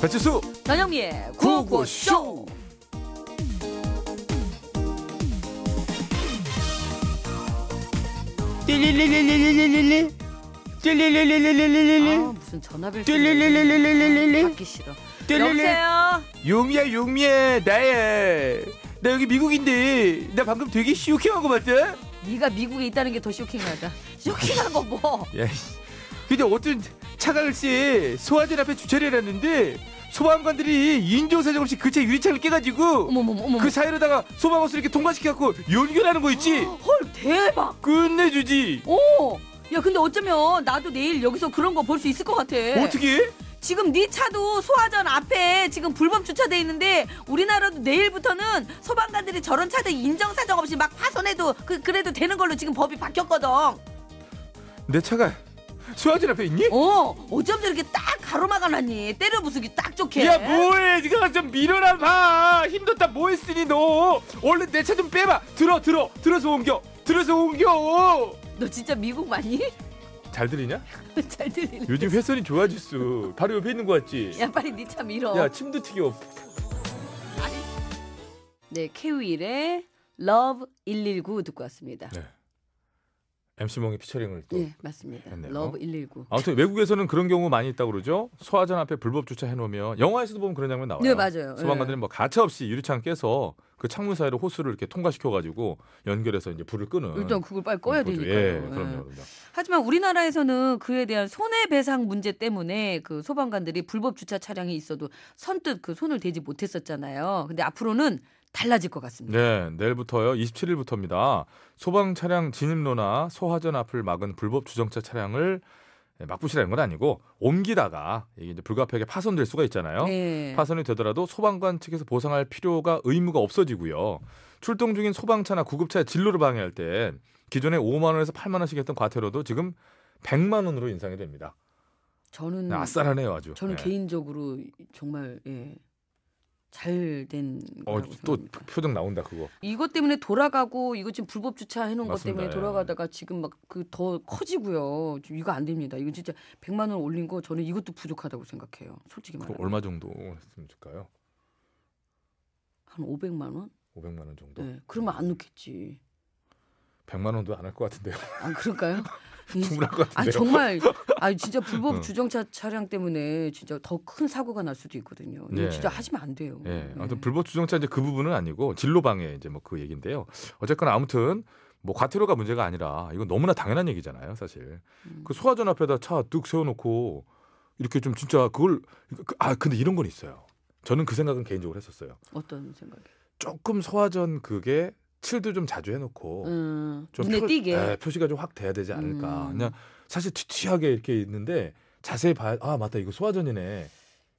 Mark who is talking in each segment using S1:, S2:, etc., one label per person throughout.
S1: 배치수
S2: 전영미의
S1: 구호쇼
S2: 구호쇼.
S3: 띠리리리리리리리리 띠리리리리리리리리
S2: 아, 무슨 전화벨 소리.
S3: 띠리리리리리리리리
S2: 받기 싫어.
S3: 띠리리리.
S2: 여보세요.
S3: 용미야 용미야 나야 나 여기 미국인데 나 방금 되게 쇼킹한 거 봤다
S2: 네가 미국에 있다는 게 더 쇼킹하다. 쇼킹한 거 뭐?
S3: 야 씨. 근데 어떤 차가글씨 소화전 앞에 주차를 해놨는데 소방관들이 인조사정 없이 그 차 유리창을 깨가지고
S2: 어머머머 어머.
S3: 그 사이로다가 소방호수 이렇게 통과시켜갖고 연결하는 거 있지
S2: 헐 대박.
S3: 끝내주지
S2: 오. 야 근데 어쩌면 나도 내일 여기서 그런 거 볼 수 있을 것 같아.
S3: 어떻게
S2: 지금 네 차도 소화전 앞에 지금 불법 주차돼 있는데 우리나라도 내일부터는 소방관들이 저런 차들 인정 사정 없이 막 파손해도 그 그래도 되는 걸로 지금 법이 바뀌었거든.
S3: 내 차가 소화전 앞에 있니?
S2: 어 어쩜 저렇게 딱 가로막아놨니? 때려 부수기 딱 좋게.
S3: 야 뭐해 네가 좀 밀어라 봐 힘들다 뭐했으니 너 얼른 내 차 좀 빼봐 들어 들어 들어서 옮겨 들어서 옮겨
S2: 너 진짜 미국 맞니?
S3: 잘 들리냐?
S2: 잘 들리네.
S3: 요즘 회선이 좋아졌어 바로 옆에 있는 거 같지?
S2: 야 빨리 네 차 밀어.
S3: 야 침도 튀겨
S2: 네 케윌의 Love 119 듣고 왔습니다.
S3: 네. MC몽이 피처링을 또
S2: 예 맞습니다.
S3: 했네요.
S2: Love 119.
S3: 네. 아무튼 외국에서는 그런 경우 많이 있다고 그러죠 소화전 앞에 불법 주차해놓으면 영화에서도 보면 그런 장면 나와요
S2: 네 맞아요.
S3: 소방관들이 뭐 가차없이 유리창 깨서 그 창문 사이로 호스를 이렇게 통과시켜가지고 연결해서 이제 불을 끄는
S2: 예. 일단 그걸 빨리 꺼야
S3: 음. 그것도-
S2: 되니까요.
S3: 예,
S2: 예.
S3: 그럼요, 그럼요.
S2: 하지만 우리나라에서는 그에 대한 손해배상 문제 때문에 그 소방관들이 불법 주차 차량이 있어도 선뜻 그 손을 대지 못했었잖아요. 근데 앞으로는 달라질 것 같습니다.
S3: 네, 내일부터요. 27일부터입니다. 소방 차량 진입로나 소화전 앞을 막은 불법 주정차 차량을 예, 막부시라는 건 아니고 옮기다가 이게 이제 불가피하게 파손될 수가 있잖아요.
S2: 네.
S3: 파손이 되더라도 소방관 측에서 보상할 필요가 의무가 없어지고요. 출동 중인 소방차나 구급차의 진로를 방해할 때 기존에 5만 원에서 8만 원씩 했던 과태료도 지금 100만 원으로 인상이 됩니다.
S2: 저는
S3: 아싸라네요, 아주.
S2: 음. 저는
S3: 네.
S2: 개인적으로 정말 예. 잘된
S3: 어,
S2: 거라고
S3: 또
S2: 생각합니다.
S3: 표정 나온다 그거.
S2: 이것 때문에 돌아가고 이거 지금 불법 주차 해놓은 것
S3: 맞습니다.
S2: 때문에
S3: 예.
S2: 돌아가다가 지금 막 그 더 커지고요. 지금 이거 안 됩니다. 이거 진짜 100만 원 올린 거 저는 이것도 부족하다고 생각해요. 솔직히
S3: 그거
S2: 말하면
S3: 얼마 정도 했으면 좋을까요?
S2: 한 500만 원?
S3: 500만 원 정도.
S2: 네. 그러면 안 넣겠지.
S3: 100만 원도 안 할 것 같은데요.
S2: 안 그럴까요? 이-
S3: 충분할 것 같은데요. 어.
S2: 아 정말 아 진짜 불법
S3: 응.
S2: 주정차 차량 때문에 진짜 더 큰 사고가 날 수도 있거든요. 이거
S3: 예.
S2: 진짜 하시면 안 돼요.
S3: 예,
S2: 예.
S3: 아무튼 불법 주정차 이제 그 부분은 아니고 진로 방해 이제 뭐 그 얘기인데요. 어쨌거나 아무튼 뭐 과태료가 문제가 아니라 이건 너무나 당연한 얘기잖아요, 사실.
S2: 음.
S3: 그 소화전 앞에다 차 뚝 세워놓고 이렇게 좀 진짜 그걸 그- 아 근데 이런 건 있어요. 저는 그 생각은 개인적으로 했었어요.
S2: 어떤 생각이에요?
S3: 조금 소화전 그게 칠도 좀 자주 해놓고
S2: 음,
S3: 좀
S2: 눈에
S3: 표-
S2: 띄게
S3: 예, 표시가 좀 확 돼야 되지 않을까.
S2: 음.
S3: 그냥 사실 튀튀하게 이렇게 있는데 자세히 봐야 아 맞다 이거 소화전이네.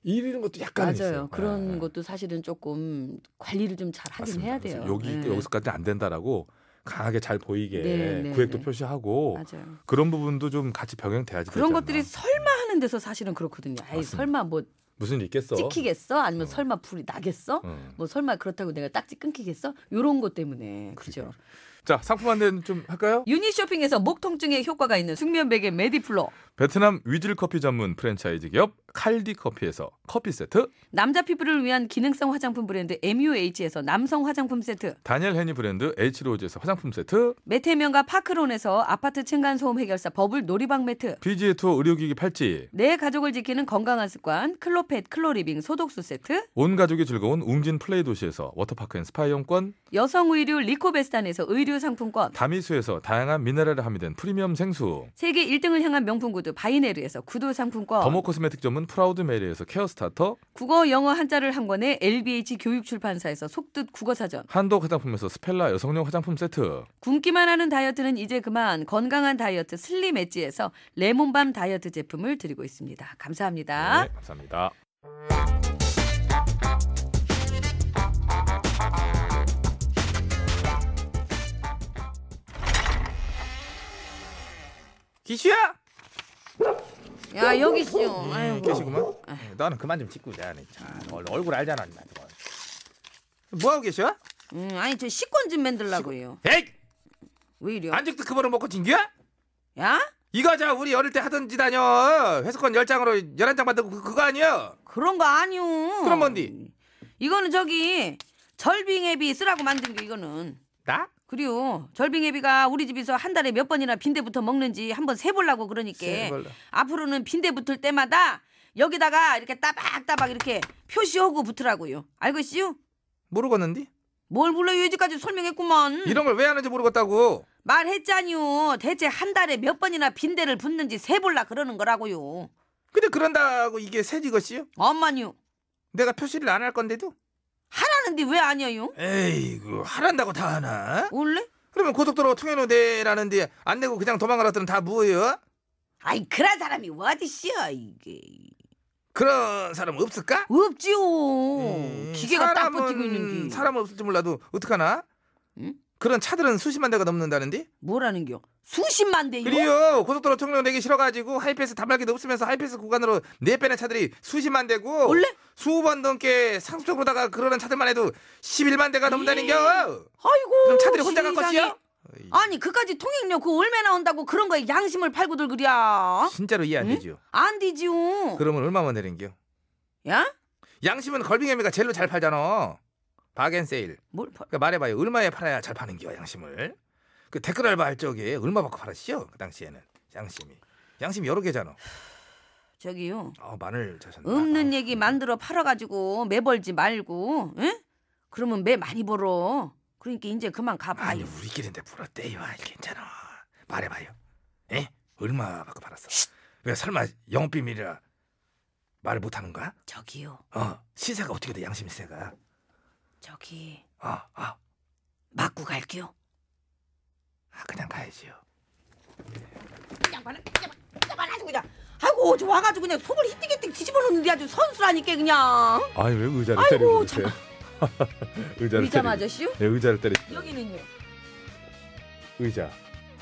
S3: 이런 것도 약간
S2: 맞아요.
S3: 있어요.
S2: 그런
S3: 예.
S2: 것도 사실은 조금 관리를 좀 잘 하긴 해야 돼요.
S3: 그래서 여기
S2: 예.
S3: 여기서까지 안 된다라고 강하게 잘 보이게
S2: 네, 네,
S3: 구획도
S2: 네.
S3: 표시하고
S2: 맞아요.
S3: 그런 부분도 좀 같이 병행돼야지.
S2: 그런
S3: 되지 뭐 않나.
S2: 것들이 설마 하는 데서 사실은 그렇거든요. 아이
S3: 맞습니다.
S2: 설마 뭐
S3: 무슨 일 있겠어?
S2: 찍히겠어? 아니면
S3: 어.
S2: 설마 불이 나겠어?
S3: 응.
S2: 뭐 설마 그렇다고 내가 딱지 끊기겠어? 요런 것 때문에 그죠.
S3: 자 상품 안내는 좀 할까요?
S2: 유니쇼핑에서 목 통증에 효과가 있는 숙면 베개 메디플로
S3: 베트남 위즐 커피 전문 프랜차이즈 기업 칼디 커피에서 커피 세트,
S2: 남자 피부를 위한 기능성 화장품 브랜드 MUH에서 남성 화장품 세트,
S3: 다니엘 헤니 브랜드 H로즈에서 화장품 세트,
S2: 메테면과 파크론에서 아파트 층간소음 해결사 버블 놀이방 매트,
S3: BGA2 의료기기 팔찌,
S2: 내 가족을 지키는 건강한 습관 클로펫 클로리빙 소독수 세트,
S3: 온 가족이 즐거운 웅진 플레이 도시에서 워터파크 앤 스파 이용권,
S2: 여성 의류 리코베스탄에서 의류 상품권,
S3: 다미수에서 다양한 미네랄을 함유된 프리미엄 생수.
S2: 세계 1등을 향한 명품 구두 바이네르에서 구두 상품권,
S3: 더모 코스메틱 점은 프라우드 메리에서 케어 스타터,
S2: 국어 영어 한자를 한 권에 LBH 교육 출판사에서 속뜻 국어 사전,
S3: 한독 화장품에서 스펠라 여성용 화장품 세트,
S2: 굶기만 하는 다이어트는 이제 그만 건강한 다이어트 슬림 엣지에서 레몬밤 다이어트 제품을 드리고 있습니다. 감사합니다.
S3: 네, 감사합니다. 기슈야!
S2: 야 여기 씨요. 네. 음, 아이고.
S3: 계시구만.
S4: 뭐? 네,
S3: 너는 그만 좀 찍고 자. 얼굴 알잖아. 뭐 하고 계셔?
S2: 음, 아니 저 식권 좀 만들라고요.
S3: 에이,
S2: 왜 이래?
S3: 안죽도 그만을 먹고 징겨?
S2: 야?
S4: 이거 저 우리 어릴 때 하던 짓 아니여 회수권 10장으로 11장 받은 거 그거 아니여
S2: 그런 거 아니오.
S4: 그럼 뭔디?
S2: 이거는 저기 절빙애비 쓰라고 만든 게 이거는.
S4: 나?
S2: 그리요 절빙애비가 우리 집에서 한 달에 몇 번이나 빈대부터 먹는지 한번 세보려고 그러니까
S4: 세볼라.
S2: 앞으로는 빈대 붙을 때마다 여기다가 이렇게 따박따박 이렇게 표시하고 붙으라고요 알겠시요?
S4: 모르겠는디?
S2: 뭘 불러요 여지까지 설명했구먼
S4: 이런 걸 왜 하는지 모르겠다고
S2: 말했잖요 대체 한 달에 몇 번이나 빈대를 붙는지 세볼라 그러는 거라고요
S4: 근데 그런다고 이게 새지 것이요?
S2: 엄마요
S4: 내가 표시를 안 할 건데도?
S2: 하라는데 왜 아니에요?
S4: 에이구 하란다고 다 하나?
S2: 원래?
S4: 그러면 고속도로 통행료 내라는데 네, 안 내고 그냥 도망가라 들은 다 뭐예요?
S2: 아이 그런 사람이 어디시여 이게
S4: 그런 사람 없을까?
S2: 없지요
S4: 에이,
S2: 어, 기계가 딱
S4: 음, 사람은-
S2: 버티고 있는데
S4: 사람 없을지 몰라도 어떡하나?
S2: 응?
S4: 그런 차들은 수십만 대가 넘는다는데?
S2: 뭐라는겨 수십만 대요?
S4: 그리요 고속도로 통행료 내기 싫어가지고 하이패스 단말기도 없으면서 하이패스 구간으로 네 배나 차들이 수십만 대고
S2: 원래?
S4: 수번 넘게 상속으로다가 그러는 차들만 해도 11만 대가 넘는다는겨
S3: 예.
S2: 아이고
S4: 그럼 차들이 혼자 갈
S2: 세상에.
S4: 것이요?
S2: 아니 그까지 통행료 그 얼마나 온다고 그런 거에 양심을 팔고들 그랴
S4: 진짜로 이해 안
S2: 응?
S4: 되죠
S2: 안 되지요
S4: 그러면 얼마만 내는겨
S2: 야?
S3: 예?
S4: 양심은 걸빙애미가 제일로 잘 팔잖아 바겐세일
S2: 뭘 팔...
S4: 그러니까 말해봐요 얼마에 팔아야 잘 파는겨 양심을 그 댓글 알바 할 적에 얼마 받고 팔았시요 그 당시에는 양심이 양심 여러 개잖아
S2: 저기요
S4: 아 마늘 자셨나
S2: 없는
S4: 아,
S2: 얘기 만들어 팔아가지고 매 벌지 말고 응? 그러면 매 많이 벌어 그러니까 이제 그만
S4: 아니
S2: 가봐요
S4: 우리끼리인데 불었대요 아이 괜찮아 말해봐요 에? 얼마 받고 팔았어 왜 설마 영업비밀이라 말을 못하는가
S2: 저기요
S4: 어 시세가 어떻게 돼 양심세가
S2: 저기
S4: 아, 아,
S2: 맞고 갈게요
S4: 아 그냥 가야지요
S2: 양반은 그냥 그냥 아주 그냥 아이고 저 와가지고 그냥 속을 히띵히띵 뒤집어놓는데 아주 선수라니까 그냥
S3: 아니 왜 의자를
S2: 아이고,
S3: 때리고 그러세요? 의자를
S2: 의자
S3: 때리고.
S2: 맞으시오?
S3: 네, 의자를 때리
S2: 여기는요
S3: 의자.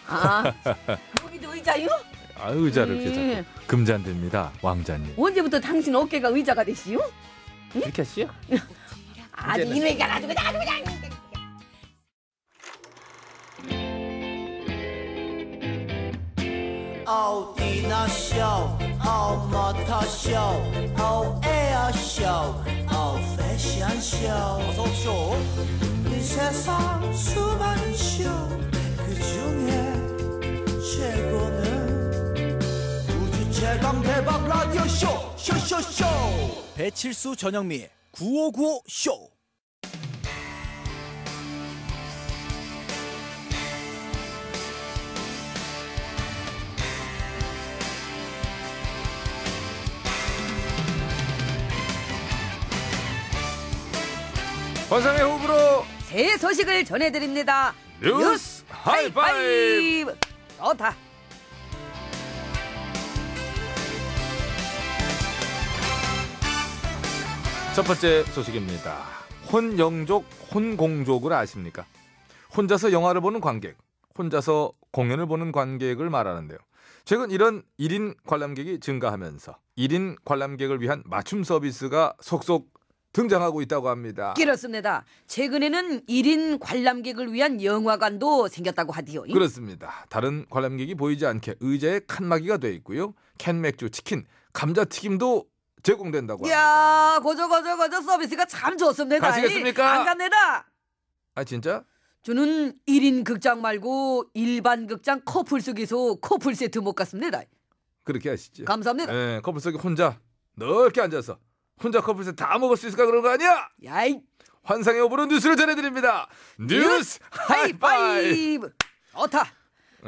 S2: 아 여기도 의자요?
S3: 아 의자를 이렇게
S2: 예.
S3: 잡고 금잔디입니다, 왕자님.
S2: 언제부터 당신 어깨가 의자가 되시오?
S4: 이렇게 하시요
S2: 아주
S4: 이제는.
S2: 이놈이가 아주 그냥 아주 그냥
S5: 어디나 쇼, 어머터 쇼, 어에어 쇼, 어 패션 쇼. 어서 쇼. 이 세상 수많은 쇼, 그 중에 최고는 우주 최강 대박 라디오 쇼, 쇼쇼쇼. 배칠수 전영미 9595 쇼.
S4: 권상의 호흡으로
S2: 새 소식을 전해드립니다.
S3: 뉴스 하이파이브.
S2: 하이파이브. 좋다.
S3: 첫 번째 소식입니다. 혼영족, 혼공족을 아십니까? 혼자서 영화를 보는 관객, 혼자서 공연을 보는 관객을 말하는데요. 최근 이런 1인 관람객이 증가하면서 1인 관람객을 위한 맞춤 서비스가 속속 등장하고 있다고 합니다.
S2: 그렇습니다. 최근에는 1인 관람객을 위한 영화관도 생겼다고 하디요.
S3: 그렇습니다. 다른 관람객이 보이지 않게 의자에 칸막이가 돼 있고요. 캔 맥주, 치킨, 감자튀김도 제공된다고 합니다.
S2: 이야, 고저 고저 고저 서비스가 참 좋습니다.
S3: 가시겠습니까?
S2: 안 간내다.
S3: 아 진짜?
S2: 저는 1인 극장 말고 일반 극장 커플 속에서 커플 세트 못 갔습니다.
S3: 예. 그렇게 하시죠.
S2: 감사합니다.
S3: 예, 커플 속에 혼자 넓게 앉아서 혼자 커플 세다 먹을 수 있을까 그런 거 아니야?
S2: 야이,
S3: 환상의 오브로 뉴스를 전해드립니다. 뉴스 하이파이.
S2: 하이파이브. 좋다.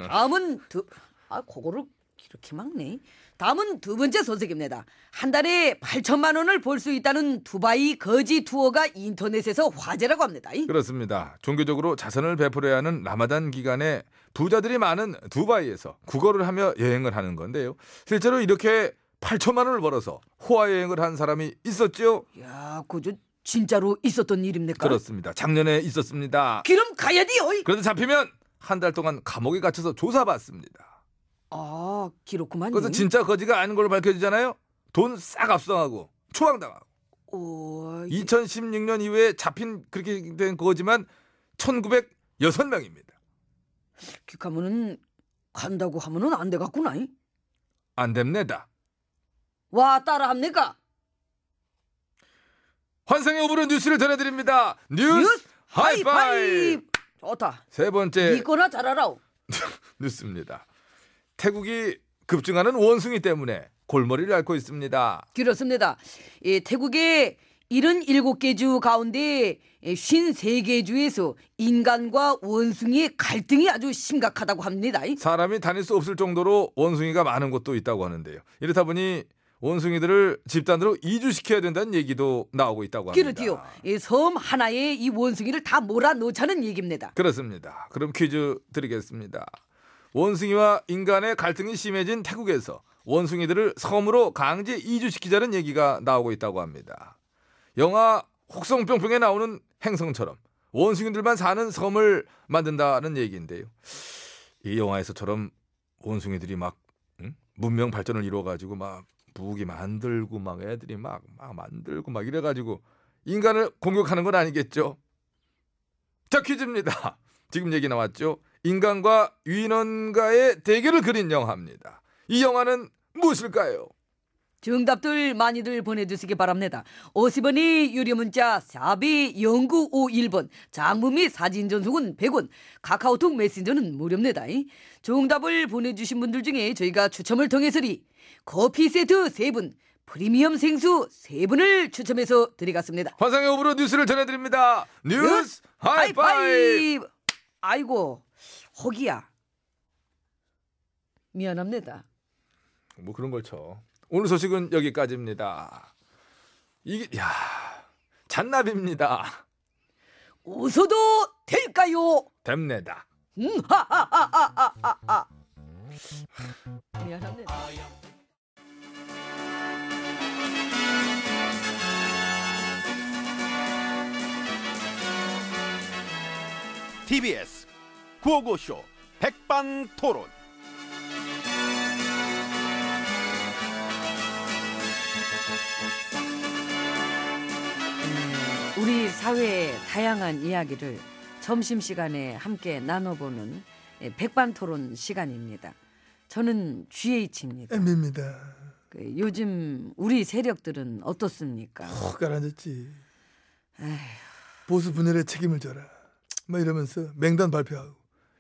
S2: 다음은 두, 아 그거를 이렇게 막네. 다음은 두 번째 소식입니다. 한 달에 8천만 원을 벌 수 있다는 두바이 거지 투어가 인터넷에서 화제라고 합니다. 이.
S3: 그렇습니다. 종교적으로 자선을 베풀어야 하는 라마단 기간에 부자들이 많은 두바이에서 국어를 하며 여행을 하는 건데요. 실제로 이렇게 8천만 원을 벌어서 호화 여행을 한 사람이 있었죠.
S2: 야, 그저 진짜로 있었던
S3: 네.
S2: 일입니까?
S3: 그렇습니다. 작년에 있었습니다.
S2: 그럼 가야 돼요. 이.
S3: 그래도 잡히면 한 달 동안 감옥에 갇혀서 조사받습니다.
S2: 아, 기록구만.
S3: 그래서 진짜 거지가 아닌 걸로 밝혀지잖아요. 돈 싹 압수당하고 초항당하고.
S2: 오,
S3: 음. 2016년 이후에 잡힌 그렇게 된 거지만 1906명입니다.
S2: 기카면은 간다고 하면은 안 되겠구나.
S3: 안 됩니다.
S2: 와 따라합니까?
S3: 환상의 오브로 뉴스를 전해드립니다. 뉴스,
S2: 뉴스
S3: 하이파이브. 예.
S2: 하이파이브. 좋다.
S3: 세 번째
S2: 이거나 잘하라오.
S3: 뉴스입니다. 태국이 급증하는 원숭이 때문에 골머리를 앓고 있습니다.
S2: 그렇습니다. 이 태국의 77개 주 가운데 53개 주에서 인간과 원숭이의 갈등이 아주 심각하다고 합니다.
S3: 사람이 다닐 수 없을 정도로 원숭이가 많은 곳도 있다고 하는데요. 이렇다 보니 원숭이들을 집단으로 이주시켜야 된다는 얘기도 나오고 있다고 합니다.
S2: 그렇디요. 이 섬 하나에 이 원숭이를 다 몰아놓자는 얘기입니다.
S3: 그렇습니다. 그럼 퀴즈 드리겠습니다. 원숭이와 인간의 갈등이 심해진 태국에서 원숭이들을 섬으로 강제 이주시키자는 얘기가 나오고 있다고 합니다. 영화 혹성뿅뿅에 나오는 행성처럼 원숭이들만 사는 섬을 만든다는 얘기인데요. 이 영화에서처럼 원숭이들이 막 응? 문명 발전을 이루어가지고 막 무기 만들고 막 애들이 막, 막 만들고 막 이래가지고 인간을 공격하는 건 아니겠죠? 자 퀴즈입니다. 지금 얘기 나왔죠. 인간과 위인원과의 대결을 그린 영화입니다. 이 영화는 무엇일까요?
S2: 정답들 많이들 보내주시기 바랍니다. 50원이 유료 문자 샵이 0951번 장문 및 사진 전송은 100원 카카오톡 메신저는 무료입니다. 정답을 보내주신 분들 중에 저희가 추첨을 통해서리 커피 세트 3분 프리미엄 생수 3분을 추첨해서 드리겠습니다.
S3: 환상의 오브로 뉴스를 전해드립니다. 뉴스 하이파이브.
S2: 하이파이브! 아이고 허기야 미안합니다.
S3: 뭐 그런 걸 쳐. 오늘 소식은 여기까지입니다. 이게 야 잔나비입니다.
S2: 웃어도 될까요?
S3: 됩니다.
S2: 음, 하하하하하하. 미안합니다.
S6: TBS 구호고쇼 백반토론.
S2: 우리 사회의 다양한 이야기를 점심 시간에 함께 나눠보는 예, 백반토론 시간입니다. 저는 GH입니다. 그
S7: 엠비입니다.
S2: 요즘 우리 세력들은 어떻습니까?
S7: 푹 가라앉았지. 보수 분열의 책임을 져라. 막 이러면서 맹단 발표하고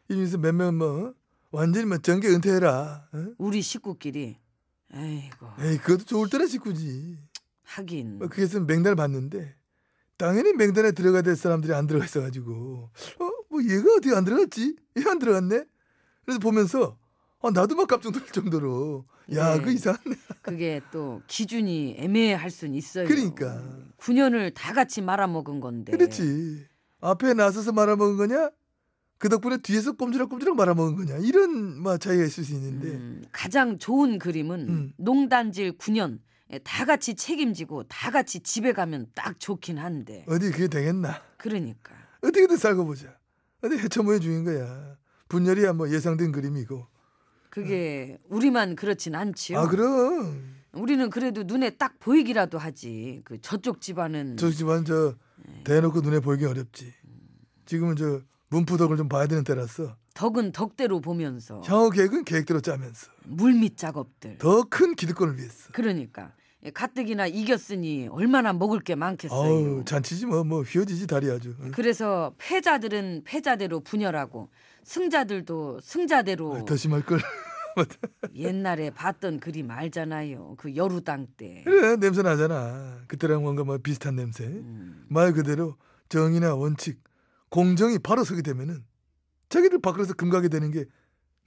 S7: 이 중에서 몇몇 뭐 완전히 뭐 정계 은퇴해라. 어?
S2: 우리 식구끼리 아이고
S7: 에이 그것도 좋을 때나 식구지.
S2: 하긴
S7: 뭐 그래서 맹단을 봤는데 당연히 맹단에 들어가야 될 사람들이 안 들어가 있어가지고 어뭐 얘가 어디 안 들어갔지? 얘 안 들어갔네. 그래서 보면서 아, 나도 막 깜짝 놀랄 정도로 야
S2: 네.
S7: 그 이상하네.
S2: 그게 또 기준이 애매할 순 있어요.
S7: 그러니까.
S2: 9년을 다 같이 말아먹은 건데.
S7: 그렇지. 앞에 나서서 말아먹은 거냐? 그 덕분에 뒤에서 꼼지락꼼지락 말아먹은 거냐? 이런 뭐 차이가 있을 수 있는데
S2: 음, 가장 좋은 그림은
S7: 음.
S2: 농단질 9년 예, 다 같이 책임지고 다 같이 집에 가면 딱 좋긴 한데
S7: 어디 그게 되겠나?
S2: 그러니까
S7: 어떻게든 살고 보자. 어디 해쳐모해 중인 거야. 분열이야 뭐 예상된 그림이고.
S2: 그게 우리만 그렇진 않지요.
S7: 네. 아 그럼
S2: 우리는 그래도 눈에 딱 보이기라도 하지. 그 저쪽 집안은
S7: 저 집안 저
S2: 네.
S7: 대놓고 눈에 보이기 어렵지. 지금은 저 문푸덕을 좀 봐야 되는 때라서
S2: 덕은 덕대로 보면서
S7: 향후 계획은 계획대로 짜면서
S2: 물밑 작업들.
S7: 더 큰 기득권을 위해서.
S2: 그러니까 예, 가뜩이나 이겼으니 얼마나 먹을 게 많겠어요.
S7: 아우 잔치지 뭐 뭐 휘어지지 다리 아주. 응?
S2: 그래서 패자들은 패자대로 분열하고 승자들도 승자대로
S7: 더 심할 걸.
S2: 옛날에 봤던 그림 알잖아요. 그 여루당 때.
S7: 그래 냄새 나잖아. 그때랑 뭔가 뭐 비슷한 냄새.
S2: 음.
S7: 말 그대로 정의나 원칙, 공정이 바로 서게 되면은 자기들 밖으로서 금가게 되는 게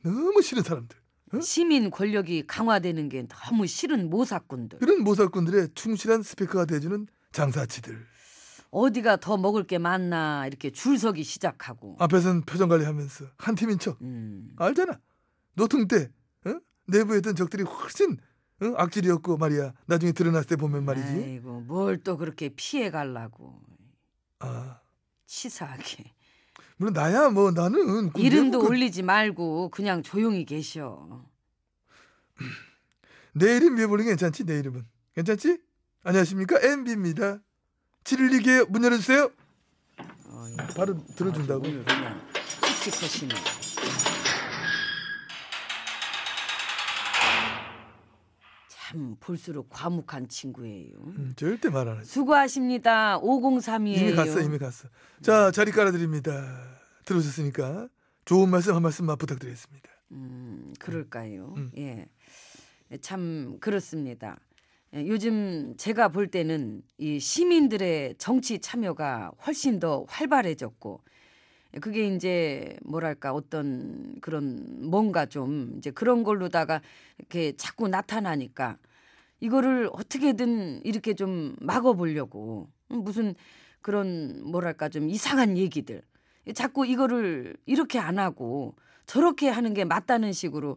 S7: 너무 싫은 사람들. 응?
S2: 시민 권력이 강화되는 게 너무 싫은 모사꾼들.
S7: 그런 모사꾼들의 충실한 스피커가 돼주는 장사치들.
S2: 어디가 더 먹을 게 많나 이렇게 줄 서기 시작하고.
S7: 앞에선 표정 관리하면서 한 팀인 척.
S2: 음.
S7: 알잖아. 노통 때 응? 내부에 있던 적들이 훨씬 응? 악질이었고 말이야. 나중에 드러났을 때 보면 말이지.
S2: 아이고 뭘 또 그렇게 피해 갈라고
S7: 아
S2: 치사하게.
S7: 물론 나야 뭐 나는 그
S2: 이름도
S7: 내부 그-
S2: 올리지 말고 그냥 조용히 계셔.
S7: 내 이름 위에 보는 게 괜찮지? 내 이름은 괜찮지? 안녕하십니까 MB입니다. 712개 문 열어주세요.
S2: 어이, 예. 아,
S7: 바로 들어준다고.
S2: 아주 오늘 그냥 씩씩하시네. 참 볼수록 과묵한 친구예요.
S7: 음, 절대 말 안 하지.
S2: 수고하십니다. 503이에요.
S7: 이미 갔어, 이미 갔어. 자, 자리 깔아드립니다. 들어오셨으니까 좋은 말씀 한 말씀만 부탁드리겠습니다. 어,
S2: 음, 그럴까요?
S7: 음.
S2: 예. 참 그렇습니다. 예, 요즘 제가 볼 때는 이 시민들의 정치 참여가 훨씬 더 활발해졌고 예, 그게 이제 뭐랄까 어떤 그런 뭔가 좀 이제 그런 걸로다가 이렇게 자꾸 나타나니까 이거를 어떻게든 이렇게 좀 막아보려고 음, 무슨 그런 뭐랄까 좀 이상한 얘기들 예, 자꾸 이거를 이렇게 안 하고 저렇게 하는 게 맞다는 식으로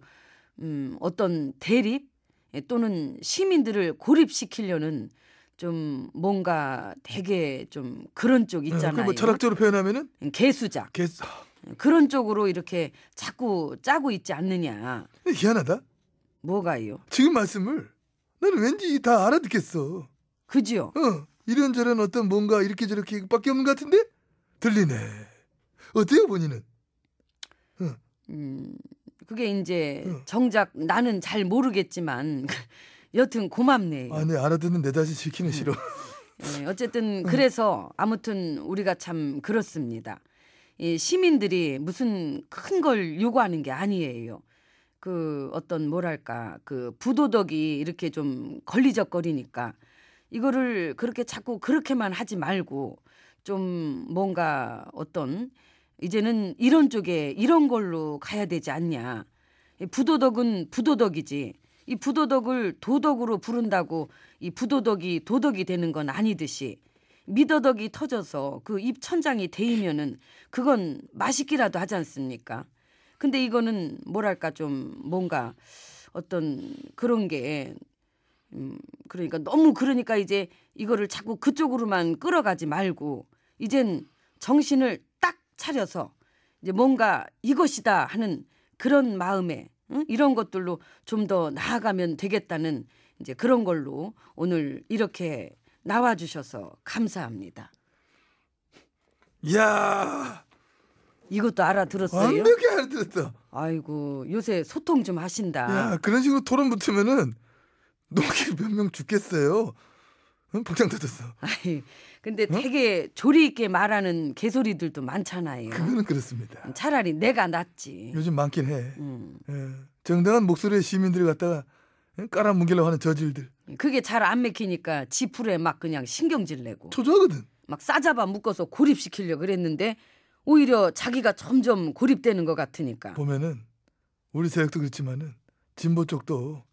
S2: 음, 어떤 대립 예, 또는 시민들을 고립시키려는 좀 뭔가 되게 좀 그런 쪽 있잖아요.
S7: 음,
S2: 음,
S7: 그뭐 철학적으로 표현하면은
S2: 개수작
S7: 개 아,
S2: 그런 쪽으로 이렇게 자꾸 짜고 있지 않느냐
S7: 희한하다.
S2: 뭐가요?
S7: 지금 말씀을 나는 왠지 다 알아듣겠어.
S2: 그지요?
S7: 어, 이런저런 어떤 뭔가 이렇게 저렇게밖에 없는 것 같은데 들리네. 어때요, 본인은?
S2: 음, 그게 이제
S7: 응.
S2: 정작 나는 잘 모르겠지만 여튼 고맙네요.
S7: 아니 알아듣는 내 자신 시키는 싫어.
S2: 예, 어쨌든 그래서 아무튼 우리가 참 그렇습니다. 이 시민들이 무슨 큰 걸 요구하는 게 아니에요. 그 어떤 뭐랄까 그 부도덕이 이렇게 좀 걸리적거리니까 이거를 그렇게 자꾸 그렇게만 하지 말고 좀 뭔가 어떤 이제는 이런 쪽에 이런 걸로 가야 되지 않냐. 이 부도덕은 부도덕이지. 이 부도덕을 도덕으로 부른다고 이 부도덕이 도덕이 되는 건 아니듯이 미더덕이 터져서 그 입 천장이 데이면은 그건 맛있기라도 하지 않습니까? 근데 이거는 뭐랄까 좀 뭔가 어떤 그런 게 음, 그러니까 너무 그러니까 이제 이거를 자꾸 그쪽으로만 끌어가지 말고 이젠 정신을 딱 차려서 이제 뭔가 이것이다 하는 그런 마음에 응? 이런 것들로 좀 더 나아가면 되겠다는 이제 그런 걸로 오늘 이렇게 나와 주셔서 감사합니다.
S7: 이야,
S2: 이것도 알아들었어요.
S7: 완벽히 알아들었어.
S2: 아이고 요새 소통 좀 하신다.
S7: 야, 그런 식으로 토론 붙으면은 녹이 몇명 죽겠어요. 응? 복장 터졌어.
S2: 아이, 근데
S7: 어?
S2: 되게 조리 있게 말하는 개소리들도 많잖아요. 예.
S7: 그거는 그렇습니다.
S2: 차라리 내가 낫지.
S7: 요즘 많긴 해.
S2: 음,
S7: 예, 정당한 목소리의 시민들을 갖다가 깔아뭉개려고 하는 저질들
S2: 그게 잘 안 맥히니까 지푸레 막 그냥 신경질 내고
S7: 초조하거든.
S2: 막 싸잡아 묶어서 고립시키려 그랬는데 오히려 자기가 점점 고립되는 것 같으니까
S7: 보면은 우리 세력도 그렇지만은 진보 쪽도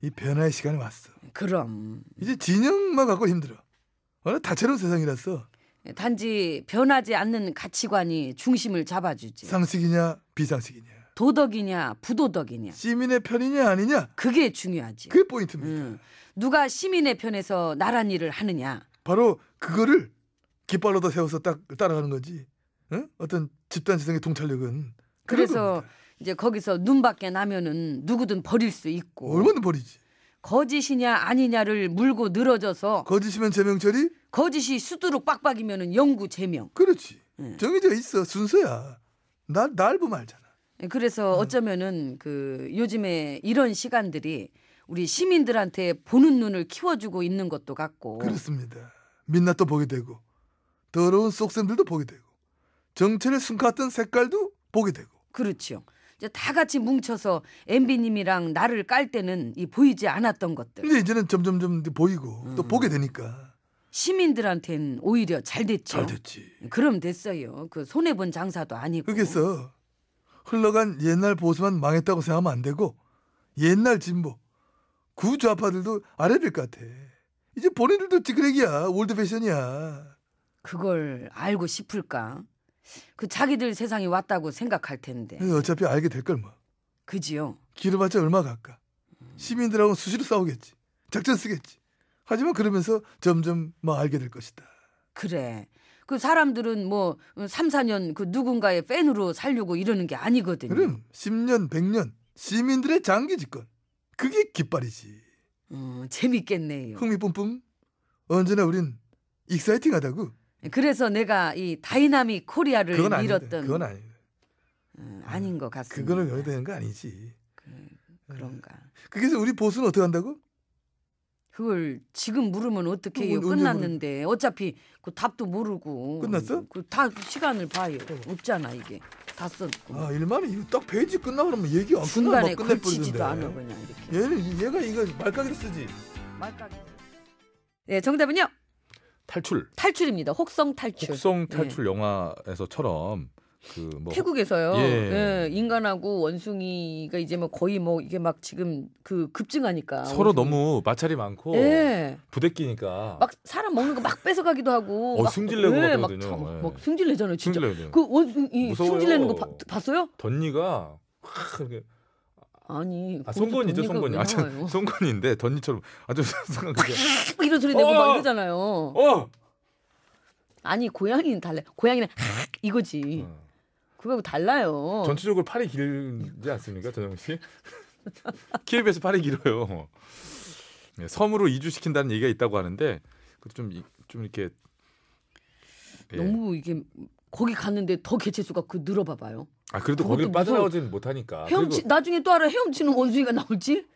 S7: 이 변화의 시간이 왔어.
S2: 음. 그럼
S7: 이제 진영만 갖고 힘들어. 워낙 다채로운 세상이라서
S2: 단지 변하지 않는 가치관이 중심을 잡아주지
S7: 상식이냐 비상식이냐
S2: 도덕이냐 부도덕이냐
S7: 시민의 편이냐 아니냐
S2: 그게 중요하지
S7: 그게 포인트입니다.
S2: 음, 누가 시민의 편에서 나란 일을 하느냐
S7: 바로 그거를 깃발로다 세워서 딱 따라가는 거지. 응? 어떤 집단 지성의 동찰력은 그런
S2: 그래서
S7: 겁니다.
S2: 이제 거기서 눈밖에 나면은 누구든 버릴 수 있고
S7: 얼마나 버리지.
S2: 거짓이냐 아니냐를 물고 늘어져서
S7: 거짓이면 제명처리
S2: 거짓이 수두룩 빡빡이면은 영구 제명.
S7: 그렇지.
S2: 예.
S7: 정해져 있어. 순서야. 날, 날 보면 알잖아. 음.
S2: 그래서 어쩌면은 그 요즘에 이런 시간들이 우리 시민들한테 보는 눈을 키워주고 있는 것도 같고
S7: 그렇습니다. 민낯도 보게 되고 더러운 속셈들도 보게 되고 정체를 숨갔던 색깔도 보게 되고
S2: 그렇죠. 이제 다 같이 뭉쳐서 엠비님이랑 나를 깔 때는 이 보이지 않았던 것들
S7: 근데 이제는 점점점 이제 보이고
S2: 음.
S7: 또 보게 되니까
S2: 시민들한테는 오히려 잘 됐죠.
S7: 잘 됐지.
S2: 그럼 됐어요. 그 손해 본 장사도 아니고.
S7: 그래서 흘러간 옛날 보수만 망했다고 생각하면 안 되고 옛날 진보 구좌파들도 알아야 될 것 같아. 이제 본인들도 찌그레기야 올드 패션이야.
S2: 그걸 알고 싶을까? 그 자기들 세상이 왔다고 생각할 텐데.
S7: 근데 어차피 알게 될 걸 뭐.
S2: 그지요?
S7: 길어봤자 얼마 갈까? 시민들하고 수시로 싸우겠지. 작전 쓰겠지. 하지만 그러면서 점점 뭐 알게 될 것이다.
S2: 그래. 그 사람들은 뭐 3, 4년 그 누군가의 팬으로 살려고 이러는 게 아니거든요.
S7: 그럼 10년, 100년 시민들의 장기 집권. 그게 깃발이지.
S2: 음, 재밌겠네요.
S7: 흥미 뿜뿜. 언제나 우린 익사이팅하다고.
S2: 그래서 내가 이 다이나믹 코리아를
S7: 그건 아닌데.
S2: 네, 밀었던
S7: 그건 아니.
S2: 음, 아닌 것 같습니다.
S7: 그거는 여야 되는 거 아니지. 예.
S2: 그런가.
S7: 그래서 우리 보수는 어떻게 한다고?
S2: 그걸 지금 물으면 어떡해요?
S7: 언제
S2: 끝났는데 어차피 그 답도 모르고
S7: 끝났어?
S2: 그 다 시간을 봐요. 없잖아 이게 다 썼고
S7: 아 일만은 이거 딱 페이지 끝나 그러면 얘기
S2: 음.
S7: 안 끝나
S2: 중간에
S7: 막
S2: 걸치지도 않아
S7: 끝내버리던데. 예?
S2: 그냥 이렇게
S7: 얘는 얘가 이거 말까기로 쓰지.
S2: 말까기. 네 정답은요
S8: 탈출.
S2: 탈출입니다. 혹성 탈출. 네.
S8: 곡성 탈출 영화에서처럼 그뭐
S2: 태국에서요.
S8: 예.
S2: 예, 인간하고 원숭이가 이제 뭐 거의 뭐 이게 막 지금 그 급증하니까 원숭이.
S8: 서로 너무 마찰이 많고
S2: 예.
S8: 부대끼니까
S2: 막 사람 먹는 거 막 뺏어가기도 하고
S8: 어,
S2: 막-
S8: 승질내고
S2: 예, 막,
S8: 그러거든요.
S2: 다-
S8: 예.
S2: 막 승질내잖아요 진짜
S8: 승질내요.
S2: 그 원숭이
S8: 무서워요.
S2: 승질내는 거 봐- 봤어요?
S8: 던니가 확 이렇게
S2: 아니
S8: 아
S2: 거기서
S8: 송건이죠
S2: 언니가
S8: 송건이
S2: 왜
S8: 아
S2: 나와요?
S8: 참, 송건인데 던니처럼 아주 상한 그게
S2: 막 이런 소리 내고 막
S8: 어!
S2: 이러잖아요
S8: 어
S2: 아니 고양이는 달라 고양이는 이거지
S8: 어.
S2: 그거하고 달라요
S8: 전체적으로 팔이 길지 않습니까 전영 씨? 키에 비해서 팔이 길어요. 네, 섬으로 이주시킨다는 얘기가 있다고 하는데 좀좀 좀 이렇게 예.
S2: 너무 이게 거기 갔는데 더 개체수가 그 늘어봐봐요
S8: 아 그래도
S2: 그것도
S8: 거기
S2: 무서워.
S8: 빠져나오지는 못하니까
S2: 헤엄치
S8: 아, 그리고
S2: 나중에 또 알아 헤엄치는 원숭이가 나올지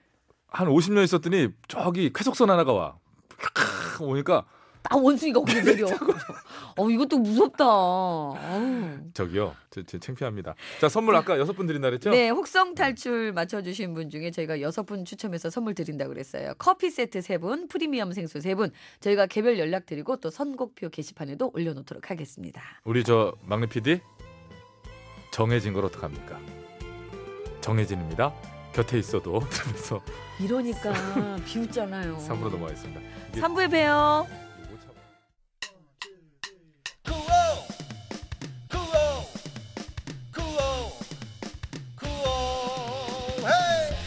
S8: 한 50년 있었더니 저기 쾌속선 하나가 와 캬, 오니까
S2: 딱 원숭이가 거기
S8: 네,
S2: 내려 어 이것도 무섭다 아우.
S8: 저기요 제, 제 창피합니다. 자 선물 아까 여섯 분 드린다 그랬죠?
S2: 네, 혹성 탈출 맞춰주신 분 중에 저희가 여섯 분 추첨해서 선물 드린다고 그랬어요. 커피 세트 세 분, 프리미엄 생수 세 분, 저희가 개별 연락 드리고 또 선곡표 게시판에도 올려놓도록 하겠습니다.
S8: 우리 저 막내 PD 정해진 걸 어떡합니까? 정해진입니다. 곁에 있어도 그러면서
S2: 이러니까 비웃잖아요.
S8: 3부로 넘어가겠습니다. 이게
S2: 3부에 봬요.
S8: 못 참아.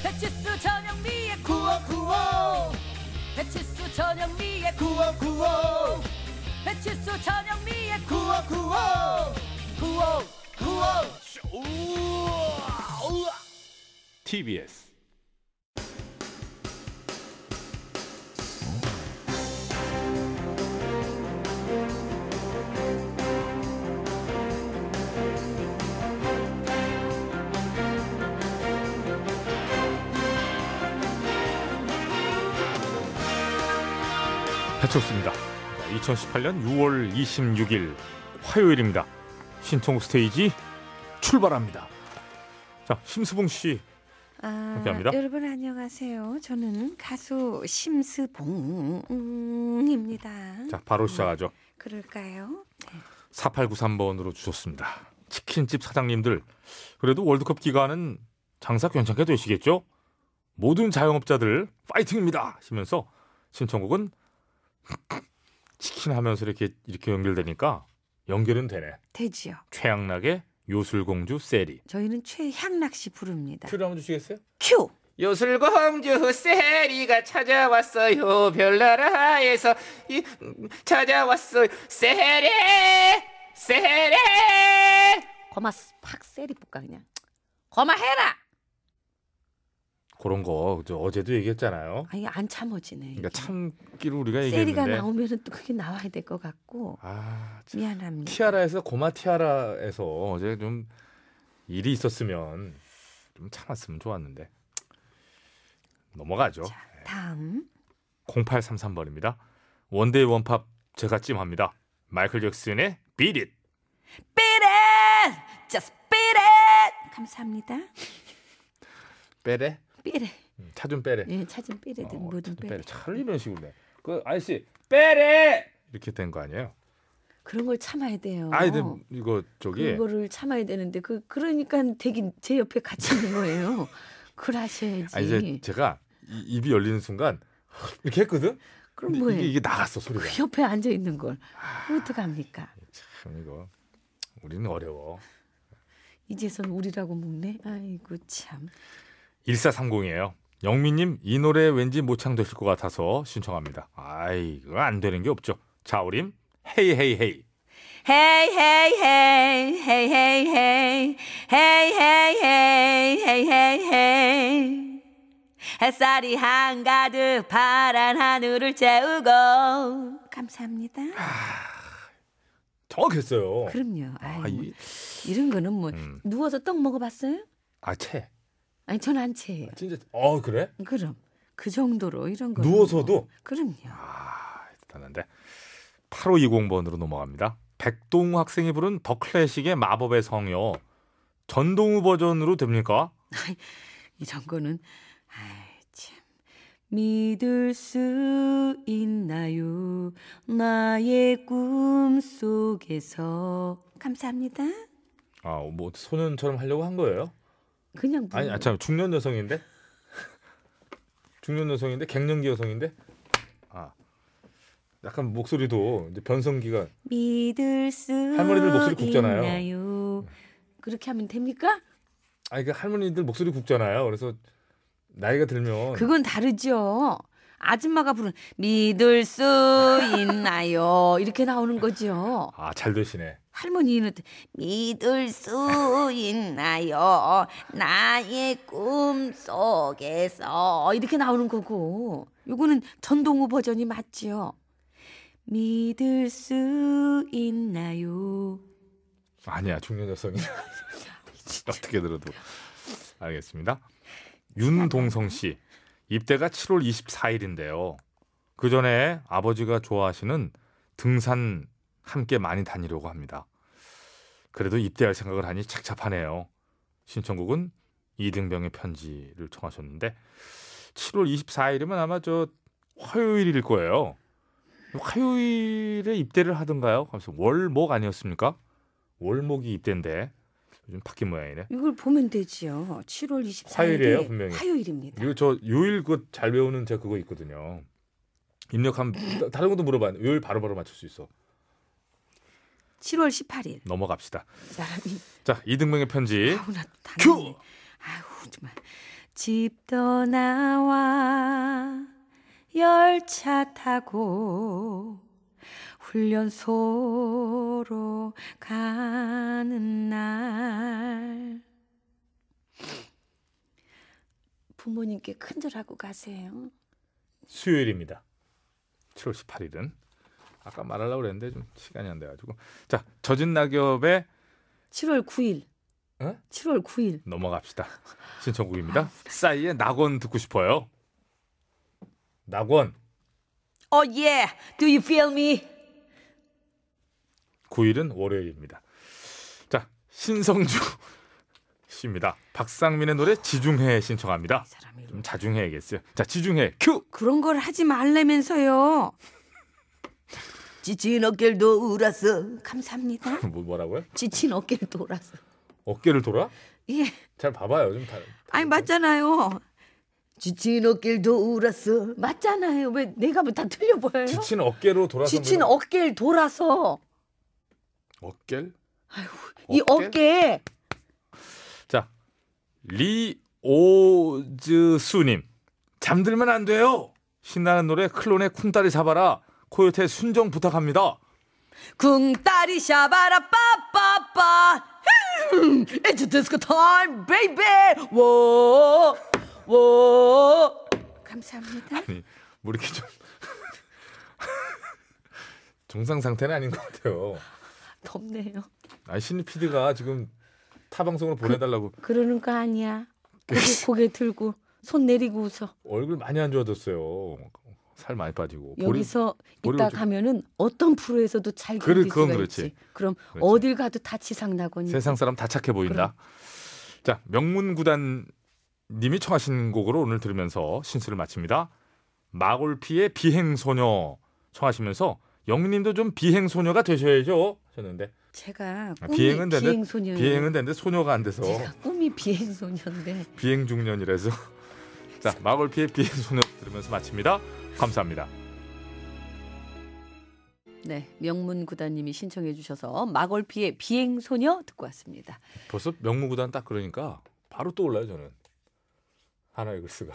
S2: 배치수 전영미의 구호 구호. 배치수 전영미의 구호 구호. 배치수 전영미의 구호
S8: TBS 배쳤습니다. 2018년 6월 26일 화요일입니다. 신청 스테이지 출발합니다. 자, 심수봉 씨
S9: 아,
S8: 함께합니다.
S9: 여러분 안녕하세요. 저는 가수 심스봉입니다.
S8: 자, 바로 시작하죠.
S9: 그럴까요?
S8: 4893번으로 주셨습니다. 치킨집 사장님들, 그래도 월드컵 기간은 장사 괜찮게 되시겠죠? 모든 자영업자들 파이팅입니다! 하시면서 신청곡은 치킨 하면서 이렇게, 이렇게 연결되니까 연결은 되네.
S9: 되지요.
S8: 최양락의 요술공주 세리.
S9: 저희는 최향락 씨 부릅니다.
S8: 큐를 한번 주시겠어요?
S9: 큐.
S10: 요술공주 세리가 찾아왔어요 별나라에서 이, 음, 찾아왔어요 세리 세리
S2: 거마 팍 세리 볼까 그냥. 거마 해라.
S8: 그런 거, 저 어제도 얘기했잖아요.
S2: 아니 안 참어지네.
S8: 그러니까 참기로 우리가
S9: 세리가
S8: 얘기했는데.
S9: 나오면은 또 그게 나와야 될 것 같고
S8: 아, 참.
S9: 미안합니다.
S8: 티아라에서 고마 티아라에서 어제 좀 일이 있었으면 좀 참았으면 좋았는데 넘어가죠.
S9: 다음
S8: 0833번입니다. 원데이 원팝 제가 찜합니다. 마이클 잭슨의 Beat It.
S2: Beat it, just beat it.
S9: 감사합니다.
S8: 빼래?
S9: 삐레.
S8: 음, 차 좀 빼래.
S2: 네,
S9: 예, 찾은 삐레든
S8: 어,
S9: 뭐든
S8: 차좀
S9: 삐레.
S8: 차를 이런 식으로 내. 그 아저씨 빼래 이렇게 된 거 아니에요?
S9: 그런 걸 참아야
S2: 어.
S9: 돼요.
S8: 아이들 네. 이거
S2: 음.
S8: 저기
S9: 그거를 참아야 되는데 그 그러니까 되긴 제 옆에 같이 있는 거예요. 그걸 하셔야지.
S8: 아 이제 제가 이, 입이 열리는 순간 이렇게 했거든.
S9: 그럼
S8: 근데
S9: 뭐해?
S8: 이게, 이게 나갔어 소리가.
S9: 그 옆에 앉아 있는 걸 어떡 합니까?
S8: 참 이거 우리는 어려워.
S9: 이제선 우리라고 먹네. 아이고 참.
S8: 1430이에요. 영민님 이 노래 왠지 모창되실 것 같아서 신청합니다. 아이 이거 안 되는 게 없죠. 자우림 헤이 헤이 헤이.
S9: Hey hey hey hey hey hey hey hey hey hey hey hey 햇살이 한가득 파란 하늘을 채우고 감사합니다.
S8: 아. 정확했어요.
S9: 그럼요. 아이,
S8: 아, 이,
S9: 이런 거는 뭐
S8: 음.
S9: 누워서 떡 먹어봤어요?
S8: 아 채.
S9: 아니 전 안 채예요.
S8: 진짜 어 그래?
S9: 그럼
S2: 그 정도로 이런 거
S8: 누워서도
S2: 그럼요.
S8: 아, 대단한데. 8520번으로 넘어갑니다. 백동우 학생이 부른 더 클래식의 마법의 성요. 전동우 버전으로 됩니까?
S2: 이런 거는 아이 참 믿을 수 있나요 나의 꿈 속에서 감사합니다
S8: 아, 뭐 소년처럼 하려고 한 거예요?
S2: 그냥 뭐 부른
S8: 아니, 아, 참 중년 여성인데. 중년 여성인데 갱년기 여성인데. 아. 약간 목소리도 이제 변성기가
S2: 믿을 수
S8: 할머니들 목소리 굵잖아요.
S2: 있나요 그렇게 하면 됩니까?
S8: 아니 그 할머니들 목소리 굵잖아요. 그래서 나이가 들면
S2: 그건 다르죠 아줌마가 부른 믿을 수 있나요 이렇게 나오는 거죠
S8: 아, 잘 되시네.
S2: 할머니는 믿을 수 있나요? 나의 꿈 속에서 이렇게 나오는 거고 요거는 전동우 버전이 맞지요. 믿을 수 있나요?
S8: 아니야 중년 여성이 어떻게 들어도 알겠습니다. 윤동성 씨 입대가 7월 24일인데요. 그 전에 아버지가 좋아하시는 등산 함께 많이 다니려고 합니다. 그래도 입대할 생각을 하니 착잡하네요. 신청곡은 이등병의 편지를 청하셨는데 7월 24일이면 아마 저 화요일일 거예요. 화요일에 입대를 하던가요? 하면서 월목 아니었습니까? 월목이 입대인데 요즘 바뀐 모양이네.
S2: 이걸 보면 되지요. 7월 24일에
S8: 화요일이에요, 분명히.
S2: 화요일입니다.
S8: 이거 저 요일 그 잘 외우는 제가 그거 있거든요. 입력하면 다- 다른 것도 물어봐. 요일 바로바로 맞출 수 있어.
S2: 7월 18일.
S8: 넘어갑시다.
S2: 사람이
S8: 자, 이등병의 편지.
S2: 아우 나 다.
S8: 큐!
S2: 아우 정말 집 떠나와 열차 타고 훈련소로 가는 날 부모님께 큰절하고 가세요.
S8: 수요일입니다. 7월 18일은 아까 말하려고 그랬는데 좀 시간이 안 돼 가지고. 자, 젖은 낙엽에
S2: 7월 9일.
S8: 어?
S2: 7월 9일.
S8: 넘어갑시다. 신청곡입니다. 싸이의 낙원 듣고 싶어요. 낙원
S2: Oh yeah. Do you feel me?
S8: 9일은 월요일입니다. 자, 신성주 씨입니다. 박상민의 노래 지중해 신청합니다.
S2: 사람이
S8: 좀 자중해야겠어요. 자, 지중해 큐.
S2: 그런 걸 하지 말라면서요.
S4: 지친 어깨도 울었어.
S2: 감사합니다.
S8: 뭐 뭐라고요?
S2: 지친 어깨를 돌아서.
S8: 어깨를 돌아?
S2: 예.
S8: 잘 봐봐요. 좀 다.
S2: 아니 맞잖아요.
S4: 지친 어깨도 울었어.
S2: 맞잖아요. 왜 내가 뭐 다 틀려 보여요?
S8: 지친 어깨로 돌아서.
S2: 지친
S8: 어...
S2: 어깨를 돌아서
S8: 어깨?
S2: 이 어깨
S8: 자, 리오즈수님 잠들면 안 돼요. 신나는 노래 클론의 쿵따리 잡아라. 코요태 순정 부탁합니다.
S4: 궁따리 샤바라 빠빠빠. 흠, It's disco time, baby. 워, 워.
S2: 감사합니다.
S8: 아니, 뭐 이렇게 좀 정상 상태는 아닌 것 같아요.
S2: 덥네요.
S8: 아니 신입 PD가 지금 타 방송으로
S2: 그
S8: 보내달라고
S2: 그러는 거 아니야. 고개, 고개 들고 손 내리고 웃어.
S8: 얼굴 많이 안 좋아졌어요. 살 많이 빠지고 볼이-
S2: 여기서
S8: 머리를
S2: 이따
S8: 좀-
S2: 가면은 어떤 프로에서도 잘
S8: 그래,
S2: 견딜
S8: 그건
S2: 수가
S8: 그렇지.
S2: 있지. 그럼
S8: 그렇지.
S2: 어딜 가도 다 치상 나고니.
S8: 세상 사람 다 착해 보인다. 자 명문구단 님이 청하신 곡으로 오늘 들으면서 신스를 마칩니다. 마골피의 비행소녀 청하시면서 영님도 좀 비행소녀가 되셔야죠 하셨는데
S2: 제가
S8: 아,
S2: 꿈이
S8: 비행은 되는데
S2: 비행소녀예요.
S8: 비행은 되는데 소녀가 안
S2: 음.
S8: 돼서
S2: 제가 꿈이 비행소녀인데.
S8: 비행 중년이라서 자 마골피의 비행소녀 들으면서 마칩니다. 감사합니다.
S2: 네, 명문 구단님이 신청해 주셔서 마골피의 비행소녀 듣고 왔습니다.
S8: 벌써 명문구단 딱 그러니까 바로 떠올라요 저는 하나의 글스가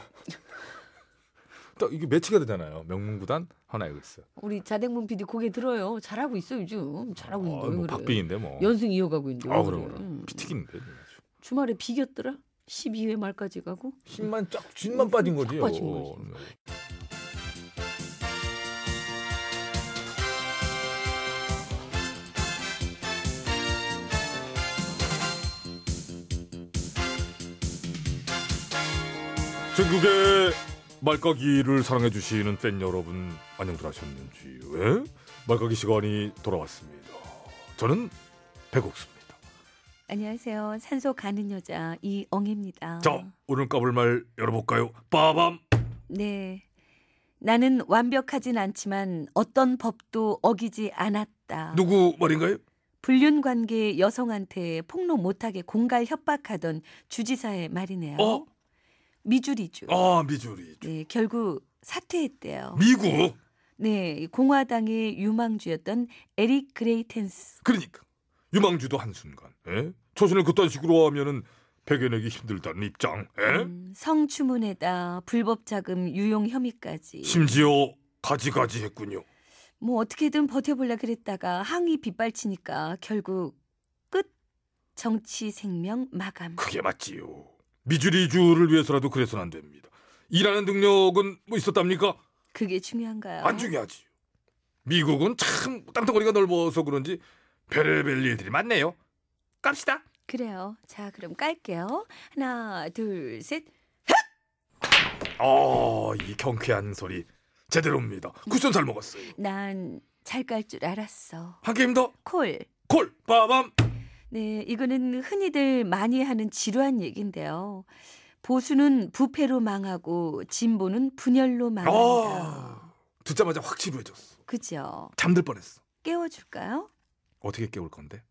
S8: 딱 이게 매치가 되잖아요 명문구단 하나의 글스
S2: 우리 자댕문 PD 고개 들어요. 잘하고 있어 요즘. 잘하고 있는데
S8: 어,
S2: 음, 왜
S8: 뭐
S2: 그래요?
S8: 박빙인데 뭐
S2: 연승 이어가고 있는데 왜
S8: 아
S2: 그래요?
S8: 그럼 그럼
S2: 음.
S8: 비튀긴데 뭐.
S2: 주말에 비겼더라. 12회 말까지 가고.
S8: 힘만 쫙 쥐만 빠진 거지
S2: 쫙 빠진 거지.
S8: 전국의 말까기를 사랑해 주시는 팬 여러분 안녕들 하셨는지 왜 말까기 시간이 돌아왔습니다. 저는 배국수입니다.
S2: 안녕하세요. 산소 가는 여자 이엉입니다.
S8: 자 오늘 까불 말 열어볼까요? 빠밤.
S2: 네. 나는 완벽하진 않지만 어떤 법도 어기지 않았다.
S8: 누구 말인가요?
S2: 불륜 관계 여성한테 폭로 못하게 공갈 협박하던 주지사의 말이네요.
S8: 어?
S2: 미주리주.
S8: 아 미주리
S2: 네, 결국 사퇴했대요.
S8: 미국
S2: 네, 이 공화당의 유망주였던 에릭 그레이텐스.
S8: 그러니까 유망주도 한 순간 에? 초신을 그딴 식으로 하면은 배겨내기 힘들다는 입장. 예? 에?
S2: 음, 성추문에다 불법 자금 유용 혐의까지.
S8: 심지어 가지가지 했군요.
S2: 뭐 어떻게든 버텨보려 그랬다가 항의 빗발치니까 결국 끝 정치 생명 마감.
S8: 그게 맞지요. 미주리주를 위해서라도 그래서는 안 됩니다. 일하는 능력은 뭐 있었답니까?
S2: 그게 중요한가요?
S8: 안 중요하지요. 미국은 참 땅덩어리가 넓어서 그런지 별의별 일들이 많네요. 갑시다.
S2: 그래요. 자, 그럼 깔게요. 하나, 둘, 셋.
S8: 아, 이 경쾌한 소리 제대로입니다. 쿠션 잘 먹었어요.
S2: 난 잘 깔 줄 알았어.
S8: 한 게임 더.
S2: 콜.
S8: 콜. 빠밤.
S2: 네, 이거는 흔히들 많이 하는 지루한 얘기인데요. 보수는 부패로 망하고 진보는 분열로 망한다.
S8: 아. 듣자마자 확 지루해졌어.
S2: 그죠?
S8: 잠들 뻔했어.
S2: 깨워줄까요?
S8: 어떻게 깨울 건데?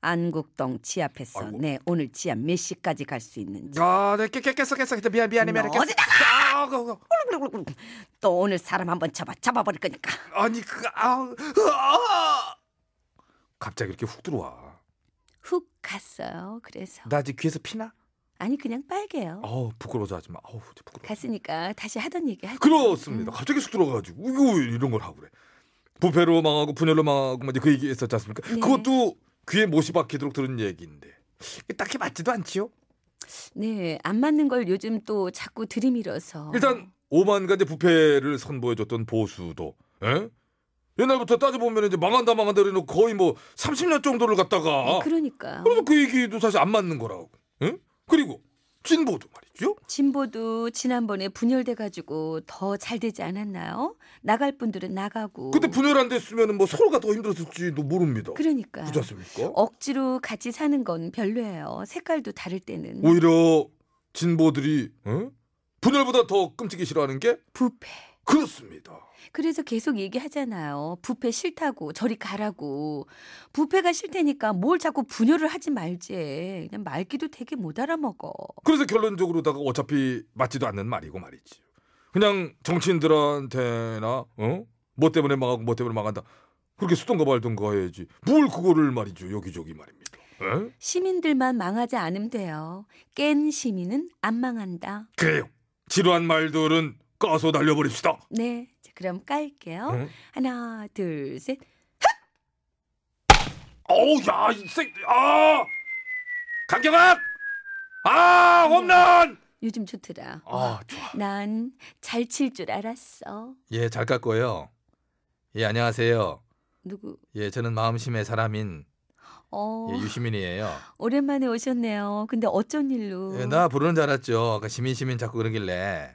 S2: 안국동 지압했어.
S8: 아이고.
S2: 네, 오늘 지압 몇 시까지 갈 수 있는지.
S3: 아, 네, 깨, 깨, 깼어, 깼어. 그때 미안, 미안해, 미안해.
S2: 너
S3: 깼어.
S8: 뭐?
S3: 어디다가? 아, 그, 그,
S2: 또 오늘 사람 한번 잡아 잡아버릴 거니까.
S3: 아니, 그, 아, 아.
S8: 갑자기 이렇게 훅 들어와.
S2: 훅 갔어요. 그래서
S3: 나 아직 귀에서 피나?
S2: 아니 그냥 빨개요.
S8: 아우 부끄러워서 하지 마. 아우 이제 부끄러워.
S2: 갔으니까 다시 하던 얘기 음. 할게요.
S8: 그렇습니다. 갑자기 쑥 들어가가지고 이거 왜 이런 걸 하고 그래. 부패로 망하고 분열로 망하고 막 이제 그 얘기 했었지 않습니까?
S2: 네.
S8: 그것도 귀에 못이 박히도록 들은 얘기인데
S3: 딱히 맞지도 않지요?
S2: 네, 안 맞는 걸 요즘 또 자꾸 들이밀어서.
S8: 일단 5만 가지 부패를 선보여줬던 보수도 예? 옛날부터 따져보면 이제 망한다 망한다 그래놓고 거의 뭐 30년 정도를
S2: 네,
S8: 갔다가
S2: 그러니까
S8: 아. 그래서 그 얘기도 사실 안 맞는 거라고 예? 그리고 진보도 말이죠
S2: 진보도 지난번에 분열돼 가지고 더 잘 되지 않았나요? 나갈 분들은 나가고.
S8: 그때 분열 안 됐으면 뭐 서로가 더 힘들었을지도 모릅니다
S2: 어. 그러니까
S8: 그렇지 않습니까?
S2: 억지로 같이 사는 건 별로예요. 색깔도 다를 때는
S8: 오히려 진보들이 어? 분열보다 더 끔찍이 싫어하는 게
S2: 부패.
S8: 그렇습니다.
S2: 그래서 계속 얘기하잖아요. 부패 싫다고 저리 가라고. 부패가 싫다니까 뭘 자꾸 분열을 하지 말지. 그냥 말기도 되게 못 알아먹어.
S8: 그래서 결론적으로다가 어차피 맞지도 않는 말이고 말이지. 그냥 정치인들한테나 어? 뭐 때문에 망하고 뭐 때문에 망한다. 그렇게 수던가 말던가 해야지. 뭘 그거를 말이죠. 여기저기 말입니다. 에?
S2: 시민들만 망하지 않으면 돼요. 깬 시민은 안 망한다.
S8: 그래요. 지루한 말들은 까서 날려버립시다.
S2: 네. 자, 그럼 깔게요.
S3: 네.
S8: 응?
S2: 하나, 둘, 셋.
S8: 어우 야이새아 강경학 아 홈런
S2: 요즘 좋더라.
S8: 아 좋아
S2: 난 잘 칠 줄 알았어.
S3: 예, 잘 깎고요. 예, 안녕하세요.
S2: 누구?
S3: 예, 저는 마음심의 사람인
S2: 어,
S3: 예, 유시민이에요.
S2: 오랜만에 오셨네요. 근데 어쩐 일로?
S3: 예, 나 부르는 줄 알았죠. 아까 시민 시민 자꾸 그러길래 예,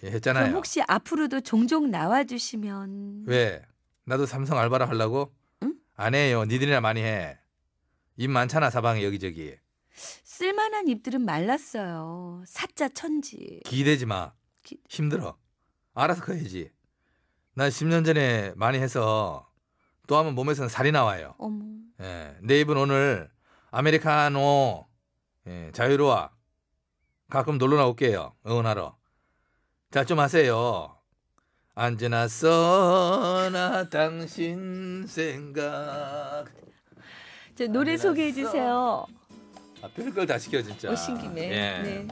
S2: 그럼
S3: 했잖아요.
S2: 혹시 앞으로도 종종 나와주시면
S3: 왜? 나도 삼성 알바를 하려고?
S2: 응?
S3: 안 해요. 니들이나 많이 해. 입 많잖아 사방에 여기저기.
S2: 쓸만한 입들은 말랐어요. 사자 천지.
S3: 기대지 마.
S2: 기-
S3: 힘들어. 알아서 커야지. 나 10년 전에 많이 해서 또 하면 몸에서는 살이 나와요.
S2: 어머.
S3: 예, 내 입은 오늘 아메리카노 예, 자유로와 가끔 놀러 나올게요 응원하러 자 좀 하세요 언제나 써나 당신 생각
S2: 저
S3: 네,
S2: 노래 소개해 주세요.
S3: 아, 별걸 다 시켜 진짜
S2: 오신 김에.
S3: 예.
S2: 네.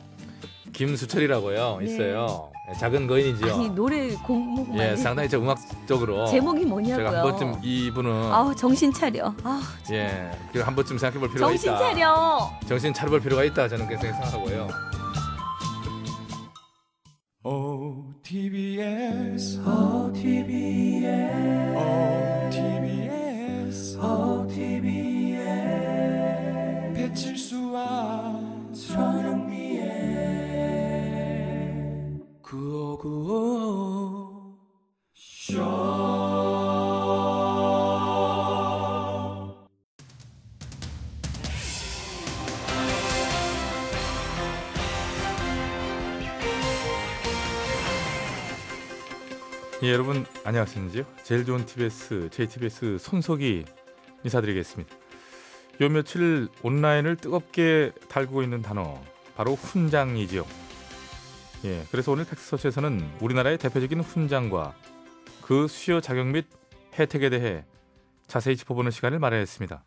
S3: 김수철이라고요
S2: 네.
S3: 있어요 예, 작은 거인이지요
S2: 아니 노래 공목
S3: 예,
S2: 예,
S3: 상당히 저 음악적으로
S2: 제목이 뭐냐고요?
S3: 제가 한 번쯤 이분은
S2: 아우 정신 차려. 아
S3: 예, 그리고 한 번쯤 생각해 볼 필요가
S2: 정신
S3: 있다
S2: 차려.
S3: 정신 차려볼 필요가 있다 저는 그렇게 생각하고요
S4: 어, OTBS, OTBS, OTBS, OTBS, 배칠수와 저녁미의
S8: 예, 여러분 안녕하십니까? 제일 좋은 TBS, JTBS 손석희 인사드리겠습니다. 요 며칠 온라인을 뜨겁게 달구고 있는 단어 바로 훈장이지요. 예, 그래서 오늘 팩스서치에서는 우리나라의 대표적인 훈장과 그 수요 작용 및 혜택에 대해 자세히 짚어보는 시간을 마련했습니다.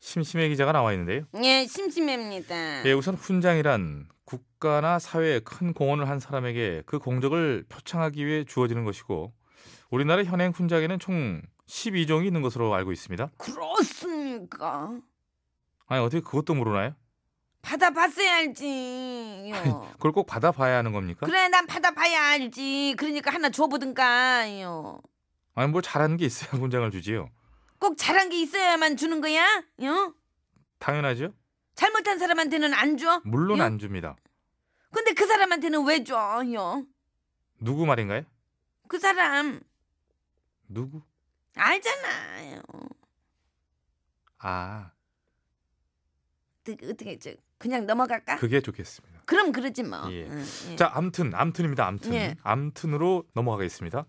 S8: 심심해 기자가 나와 있는데요.
S2: 예, 심심합니다.
S8: 예, 우선 훈장이란 국가나 사회에 큰 공헌을 한 사람에게 그 공적을 표창하기 위해 주어지는 것이고 우리나라 현행 훈장에는 총 12종이 있는 것으로 알고 있습니다.
S2: 그렇습니까?
S8: 아니 어떻게 그것도 모르나요?
S2: 받아봤어야 알지.
S8: 그걸 꼭 받아봐야 하는 겁니까?
S2: 그래, 난 받아봐야 알지. 그러니까 하나 줘보든가요.
S8: 아니 뭘 잘하는 게 있어야 훈장을 주지요.
S2: 꼭 잘한 게 있어야만 주는 거야? 요?
S8: 당연하죠.
S2: 잘못한 사람한테는 안 줘?
S8: 물론
S2: 요?
S8: 안 줍니다.
S2: 근데 그 사람한테는 왜 줘? 요?
S8: 누구 말인가요?
S2: 그 사람
S8: 누구?
S2: 알잖아요.
S8: 아
S2: 어떻게, 어떻게 저 그냥 넘어갈까?
S8: 그게 좋겠습니다.
S2: 그럼 그러지 뭐.
S8: 예.
S2: 응, 예.
S8: 자, 암튼, 암튼입니다. 암튼.
S2: 예.
S8: 암튼으로 넘어가겠습니다.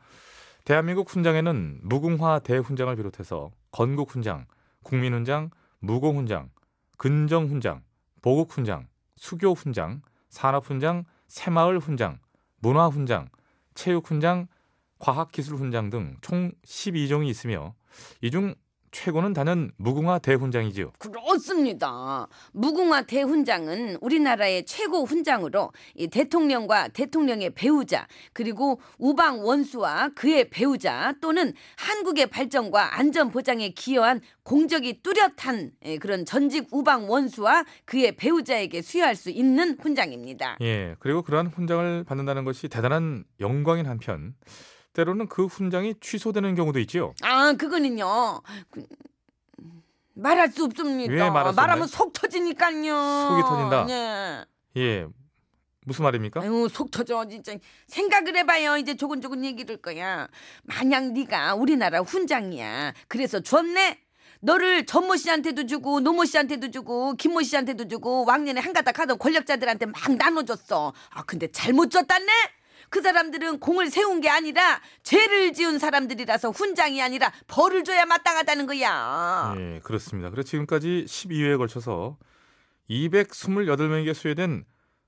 S8: 대한민국 훈장에는 무궁화 대훈장을 비롯해서 건국훈장, 국민훈장, 무공훈장, 근정훈장, 보국훈장, 수교훈장, 산업훈장, 새마을훈장, 문화훈장, 체육훈장, 과학기술훈장 등 총 12종이 있으며 이 중 최고는 단연 무궁화 대훈장이지요.
S2: 그렇습니다. 무궁화 대훈장은 우리나라의 최고 훈장으로 이 대통령과 대통령의 배우자 그리고 우방 원수와 그의 배우자 또는 한국의 발전과 안전 보장에 기여한 공적이 뚜렷한 예, 그런 전직 우방 원수와 그의 배우자에게 수여할 수 있는 훈장입니다.
S8: 예, 그리고 그러한 훈장을 받는다는 것이 대단한 영광인 한편 때로는 그 훈장이 취소되는 경우도 있지요.
S2: 아 그거는요. 그, 말할 수 없습니다.
S8: 왜 말할 수
S2: 말하면
S8: 없나요?
S2: 속 터지니까요.
S8: 속이 터진다.
S2: 예.
S8: 예, 무슨 말입니까?
S2: 아유 속 터져 진짜 생각을 해봐요 이제 조근조근 얘기를 거야 만약 네가 우리나라 훈장이야 그래서 줬네 너를 전모 씨한테도 주고 노모 씨한테도 주고 김모 씨한테도 주고 왕년에 한가닥 하던 권력자들한테 막 나눠줬어 아 근데 잘못 줬다네 그 사람들은 공을 세운 게 아니라 죄를 지은 사람들이라서 훈장이 아니라 벌을 줘야 마땅하다는 거야
S8: 예, 그렇습니다. 그래서 지금까지 12회에 걸쳐서 228명에게 수여된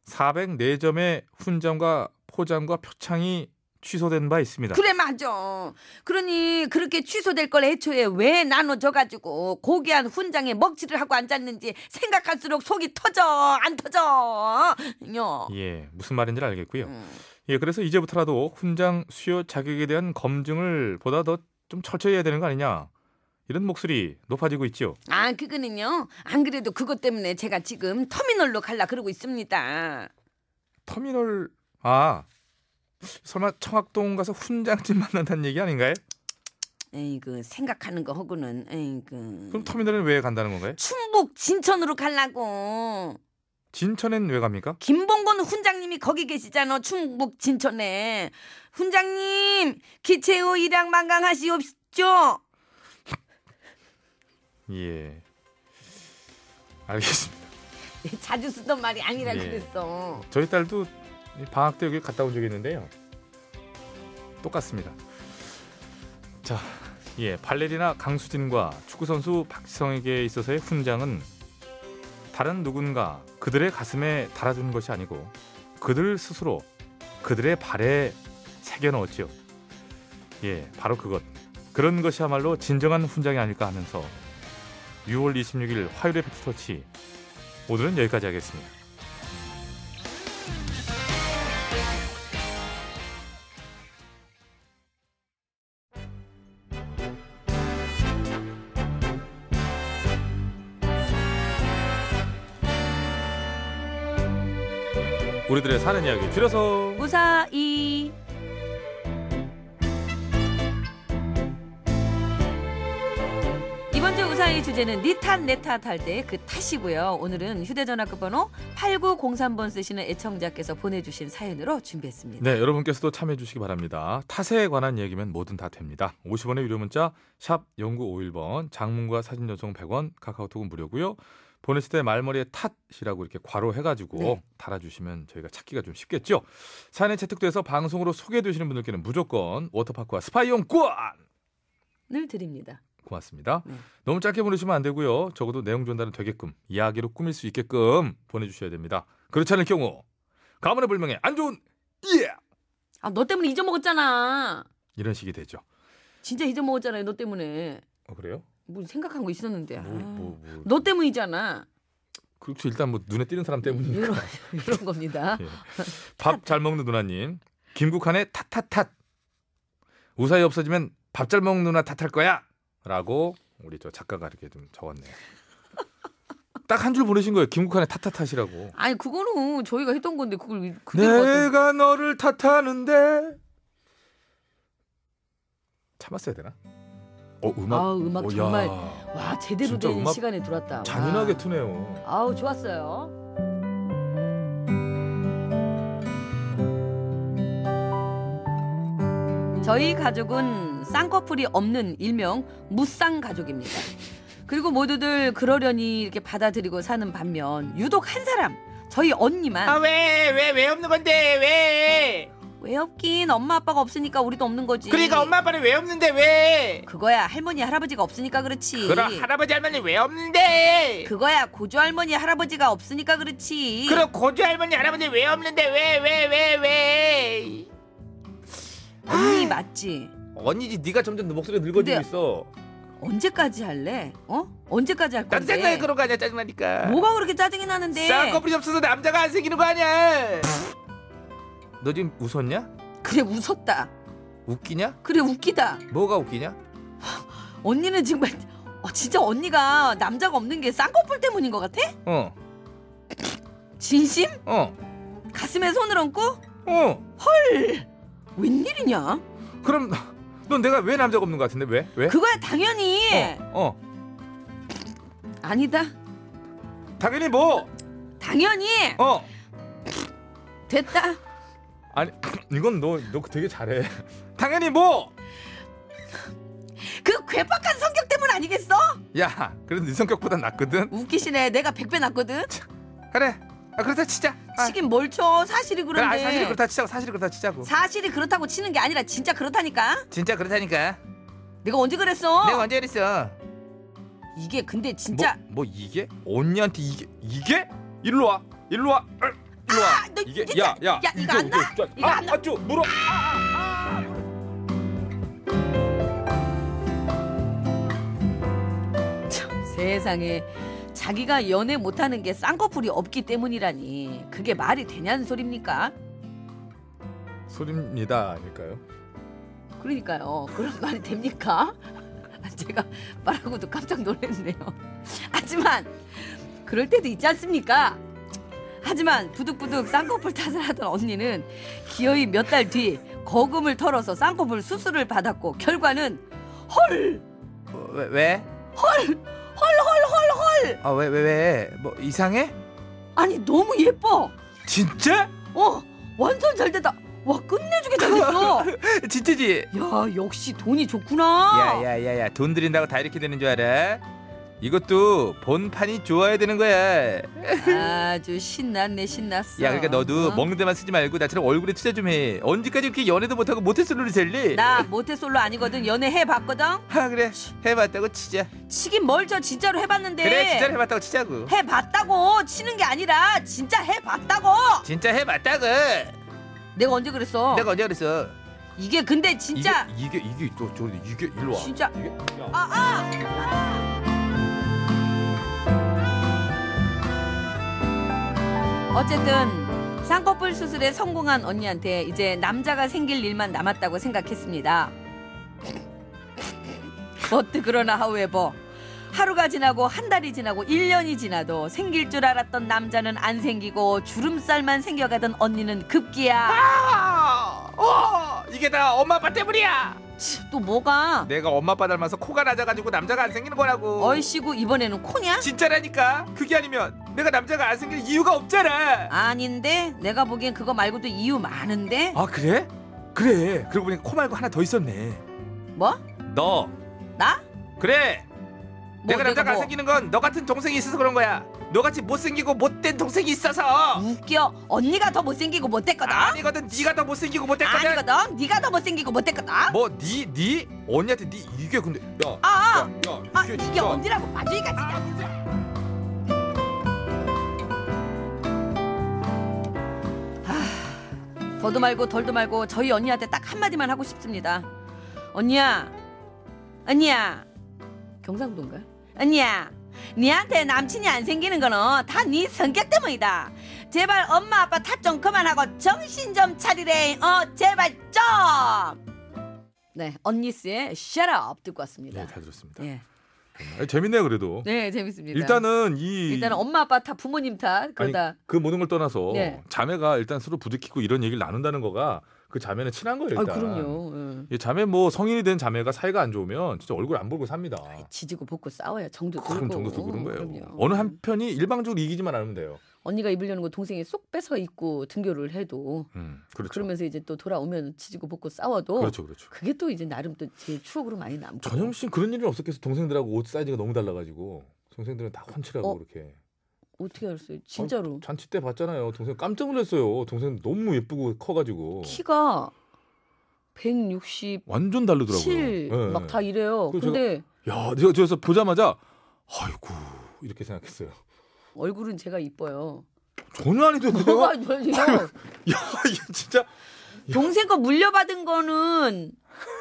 S8: 404점의 훈장과 포장과 표창이 취소된 바 있습니다.
S2: 그래 맞아. 그러니 그렇게 취소될 걸 애초에 왜 나눠줘가지고 고귀한 훈장에 먹칠을 하고 앉았는지 생각할수록 속이 터져 안 터져. 요.
S8: 예, 무슨 말인지 알겠고요.
S2: 음.
S8: 예, 그래서 이제부터라도 훈장 수여 자격에 대한 검증을 보다 더 좀 철저히 해야 되는 거 아니냐. 이런 목소리 높아지고 있지요.
S2: 아 그거는요. 안 그래도 그것 때문에 제가 지금 터미널로 갈라 그러고 있습니다.
S8: 터미널 아 설마 청학동 가서 훈장집 만난다는 얘기 아닌가요?
S2: 에이그 생각하는 거 하고는 에이그
S8: 그럼 터미널은 왜 간다는 건가요?
S2: 충북 진천으로 갈라고.
S8: 진천엔 왜 갑니까?
S2: 김봉곤 훈장님이 거기 계시잖아 충북 진천에 훈장님 기체후 일양 만강하시옵시죠
S8: 예 알겠습니다.
S2: 자주 쓰던 말이 아니라
S8: 예.
S2: 그랬어
S8: 저희 딸도 방학 때 여기 갔다 온 적이 있는데요. 똑같습니다. 자, 예 발레리나 강수진과 축구 선수 박지성에게 있어서의 훈장은 다른 누군가 그들의 가슴에 달아주는 것이 아니고 그들 스스로 그들의 발에 새겨 넣었지요. 예, 바로 그것. 그런 것이야말로 진정한 훈장이 아닐까 하면서 6월 26일 화요일의 팩스터치 오늘은 여기까지 하겠습니다. 우리들의 사는 이야기 줄여서
S2: 무사히 이번 번째 우상의 주제는 니탓 내탓 할 때 그 탓이고요. 오늘은 휴대전화 끝번호 8903번 쓰시는 애청자께서 보내주신 사연으로 준비했습니다.
S8: 네, 여러분께서도 참여해 주시기 바랍니다. 탓에 관한 얘기면 뭐든 다 됩니다. 50원의 유료 문자 샵 0951번 장문과 사진 전송 100원 카카오톡은 무료고요. 보내실 때 말머리에 탓이라고 이렇게 괄호 해가지고
S11: 네.
S8: 달아주시면 저희가 찾기가 좀 쉽겠죠. 사연에 채택돼서 방송으로 소개되시는 분들께는 무조건 워터파크와 스파이용권
S2: 늘 드립니다.
S8: 고맙습니다.
S2: 네.
S8: 너무 짧게 보내시면 안 되고요. 적어도 내용 전달은 되게끔 이야기로 꾸밀 수 있게끔 보내주셔야 됩니다. 그렇지 않을 경우 가문의 불명예 안 좋은 예
S2: 아, 너 때문에 잊어먹었잖아.
S8: 이런 식이 되죠.
S2: 진짜 잊어먹었잖아요. 너 때문에.
S8: 어, 그래요?
S2: 뭐 생각한 거 있었는데.
S8: 뭐,
S2: 아.
S8: 뭐, 뭐.
S2: 너 때문이잖아.
S8: 그렇죠. 일단 뭐 눈에 띄는 사람 때문이니까.
S2: 이런, 이런
S8: 네.
S2: 겁니다.
S8: 밥 잘 먹는 누나님. 김국한의 탓탓탓. 우사히 없어지면 밥 잘 먹는 누나 탓할 거야. 라고 우리 저 작가가 이렇게 좀 적었네요. 딱 한 줄 보내신 거예요. 김국한의 탓탓탓이라고.
S2: 아니 그거는 저희가 했던 건데 그걸 왜- 그대로 갖다-
S8: 내가 너를 탓하는데 참았어야 되나? 어 음악.
S2: 아, 음악
S8: 어, 야.
S2: 정말. 아. 와 제대로
S8: 진짜
S2: 된
S8: 음악
S2: 시간에 들어왔다. 와.
S8: 잔인하게 트네요.
S2: 아우 좋았어요. 저희 가족은 쌍꺼풀이 없는 일명 무쌍 가족입니다. 그리고 모두들 그러려니 이렇게 받아들이고 사는 반면 유독 한 사람 저희 언니만
S4: 아 왜 왜 왜 없는 건데 왜?
S2: 왜 없긴 엄마 아빠가 없으니까 우리도 없는 거지.
S4: 그러니까 엄마 아빠는 왜 없는데 왜?
S2: 그거야 할머니 할아버지가 없으니까 그렇지.
S4: 그럼 할아버지 할머니 왜 없는데?
S2: 그거야 고조 할머니 할아버지가 없으니까 그렇지.
S4: 그럼 고조 할머니 할아버지 왜 없는데 왜 왜 왜 왜, 왜?
S2: 언니 맞지?
S8: 언니지 네가 점점 목소리 늙어지고
S2: 근데-
S8: 있어.
S2: 언제까지 할래? 어? 언제까지 할
S4: 나도
S2: 건데?
S4: 생각에 그런 거 아니야 짜증나니까.
S2: 뭐가 그렇게 짜증이 나는데?
S4: 쌍꺼풀이 없어서 남자가 안 생기는 거 아니야?
S8: 너 지금 웃었냐?
S2: 그래 웃었다.
S8: 웃기냐?
S2: 그래 웃기다.
S8: 뭐가 웃기냐?
S2: 언니는 정말 어, 진짜 언니가 남자가 없는 게 쌍꺼풀 때문인 것 같아?
S8: 어,
S2: 진심?
S8: 어,
S2: 가슴에 손을 얹고?
S8: 어.
S2: 웬일이냐?
S8: 그럼 넌 내가 왜 남자가 없는 것 같은데 왜? 왜?
S2: 그거야 당연히.
S8: 어, 어.
S2: 아니다.
S8: 당연히 뭐?
S2: 당연히
S8: 어.
S2: 됐다.
S8: 아니 이건 너 너 되게 잘해. 당연히 뭐?
S2: 그 괴팍한 성격 때문 아니겠어?
S8: 야, 그래도 네 성격보단 낫거든.
S2: 웃기시네. 내가 백배 낫거든.
S8: 그래. 아 그렇다 치자. 아,
S2: 치긴 뭘 쳐. 사실이
S8: 그래,
S2: 그런데.
S8: 아, 사실 그렇다 치자고. 사실 그렇다 치자고.
S2: 사실이 그렇다고 치는 게 아니라 진짜 그렇다니까.
S8: 진짜 그렇다니까.
S2: 내가 언제 그랬어?
S8: 내가 언제 그랬어?
S2: 이게 근데 진짜
S8: 뭐, 뭐 이게? 언니한테 이게 이게? 일로 와. 일로 와. 어, 일로 와.
S2: 아, 너
S8: 이게
S2: 진짜-
S8: 야야
S2: 야, 이거 안 나? 이거
S8: 아,
S2: 안 나?
S8: 아쭈 물어.
S2: 참, 세상에 자기가 연애 못하는 게 쌍꺼풀이 없기 때문이라니 그게 말이 되냐는 소립니까?
S8: 소리입니다. 아닐까요?
S2: 그러니까요 그런 말이 됩니까? 제가 말하고도 깜짝 놀랐네요 하지만 그럴 때도 있지 않습니까? 하지만 부득부득 쌍꺼풀 탓을 하던 언니는 기어이 몇 달 뒤 거금을 털어서 쌍꺼풀 수술을 받았고 결과는 헐
S8: 어, 왜 왜?
S2: 헐헐헐헐
S8: 아 왜 왜 왜? 뭐 이상해?
S2: 아니 너무 예뻐
S8: 진짜?
S2: 어 완전 잘 됐다 와 끝내주게 잘됐어
S8: 진짜지?
S2: 야 역시 돈이 좋구나
S8: 야야야야 돈 들인다고 다 이렇게 되는 줄 알아? 이것도 본판이 좋아야 되는 거야.
S2: 아주 신났네 신났어
S8: 야 그러니까 너도
S2: 어?
S8: 먹는 데만 쓰지 말고 나처럼 얼굴에 투자 좀 해. 언제까지 이렇게 연애도 못하고 모태솔로를 살리?
S2: 나 모태솔로 아니거든 연애 해봤거든
S8: 아 그래 해봤다고 치자.
S2: 치긴 뭘 저 진짜로 해봤는데
S8: 그래 진짜 해봤다고 치자고.
S2: 해봤다고 치는 게 아니라 진짜 해봤다고
S8: 진짜 해봤다고.
S2: 어. 내가 언제 그랬어
S8: 내가 언제 그랬어?
S2: 이게 근데 진짜
S8: 이게 이게 이게 저, 저 이게 일로 와.
S2: 진짜.
S8: 이게
S2: 어쨌든 쌍꺼풀 수술에 성공한 언니한테 이제 남자가 생길 일만 남았다고 생각했습니다. 어뜨 그러나 하우에버 하루가 지나고 한 달이 지나고 일년이 지나도 생길 줄 알았던 남자는 안 생기고 주름살만 생겨가던 언니는 급기야
S4: 아, 어, 이게 다 엄마 아빠 때문이야.
S2: 치, 또 뭐가?
S12: 내가 엄마 아빠 닮아서 코가 낮아가지고 남자가 안 생기는 거라고.
S2: 얼씨구 이번에는 코냐?
S12: 진짜라니까. 그게 아니면 내가 남자가 안 생길 이유가 없잖아.
S2: 아닌데 내가 보기엔 그거 말고도 이유 많은데
S12: 아 그래? 예, 그래. 그러고 보니까 코 말고 하나 더 있었네.
S2: 뭐?
S12: 너.
S2: 나?
S12: 그래.
S2: 뭐,
S12: 내가 남자가 안
S2: 뭐
S12: 생기는 건 너 같은 동생이 있어서 그런 거야. 너같이 못생기고 못된 동생이 있어서.
S2: 웃겨 언니가 더 못생기고 못됐거든
S12: 아니거든. 네가 더 못생기고 못됐거든.
S2: 아니거든 네가 더 못생기고 못됐거든
S12: 뭐 니, 니? 언니한테 니 이게 근데 야.
S2: 아,
S12: 야, 야,
S2: 아
S12: 이게
S2: 이게
S12: 진짜.
S2: 언니라고 마주이가 진짜 아, 더도 말고 덜도 말고 저희 언니한테 딱 한마디만 하고 싶습니다 언니야 언니야 경상도인가? 언니야 니한테 남친이 안 생기는 거는 다 네 성격 때문이다 제발 엄마 아빠 탓 좀 그만하고 정신 좀 차리래 어 제발 좀네 언니스의 Shut Up 듣고 왔습니다
S8: 네, 잘 들었습니다.
S2: 예.
S8: 아니, 재밌네요 그래도.
S2: 네, 재밌습니다.
S8: 일단은 이
S2: 일단은 엄마 아빠 탓, 부모님 탓
S8: 아니,
S2: 그러다
S8: 그 모든 걸 떠나서
S2: 예.
S8: 자매가 일단 서로 부딪히고 이런 얘기를 나눈다는 거가 그 자매는 친한 거예요.
S2: 아,
S8: 일단.
S2: 그럼요. 예.
S8: 이 자매 뭐 성인이 된 자매가 사이가 안 좋으면 진짜 얼굴 안 보고 삽니다.
S2: 지지고 볶고 싸워야 정도 들고.
S8: 그럼 정도 두고 그런 거예요.
S2: 그럼요.
S8: 어느 한 편이 일방적으로 이기지만 않으면 돼요.
S2: 언니가 입으려는 거 동생이 쏙 뺏어 입고 등교를 해도
S8: 음, 그렇죠.
S2: 그러면서 이제 또 돌아오면 지지고 볶고 싸워도
S8: 그렇죠, 그렇죠.
S2: 게또 이제 나름 또 제 추억으로 많이 남고.
S8: 전영 씨는 그런 일은 없었겠어. 동생들하고 옷 사이즈가 너무 달라가지고 동생들은 다 헌칠하고
S2: 어?
S8: 그렇게.
S2: 어떻게 알았어요? 진짜로.
S8: 어, 잔치 때 봤잖아요. 동생 깜짝 놀랐어요. 동생 너무 예쁘고 커가지고
S2: 키가 167막 다
S8: 완전 다르더라고요. 예, 예.
S2: 이래요.
S8: 그래서
S2: 근데
S8: 야, 제가 저에서 보자마자 아이고 이렇게 생각했어요.
S2: 얼굴은 제가 이뻐요.
S8: 전혀 아니던데요.
S2: 뭐가 이래요?
S8: 야, 이게 진짜
S2: 동생 거 물려받은 거는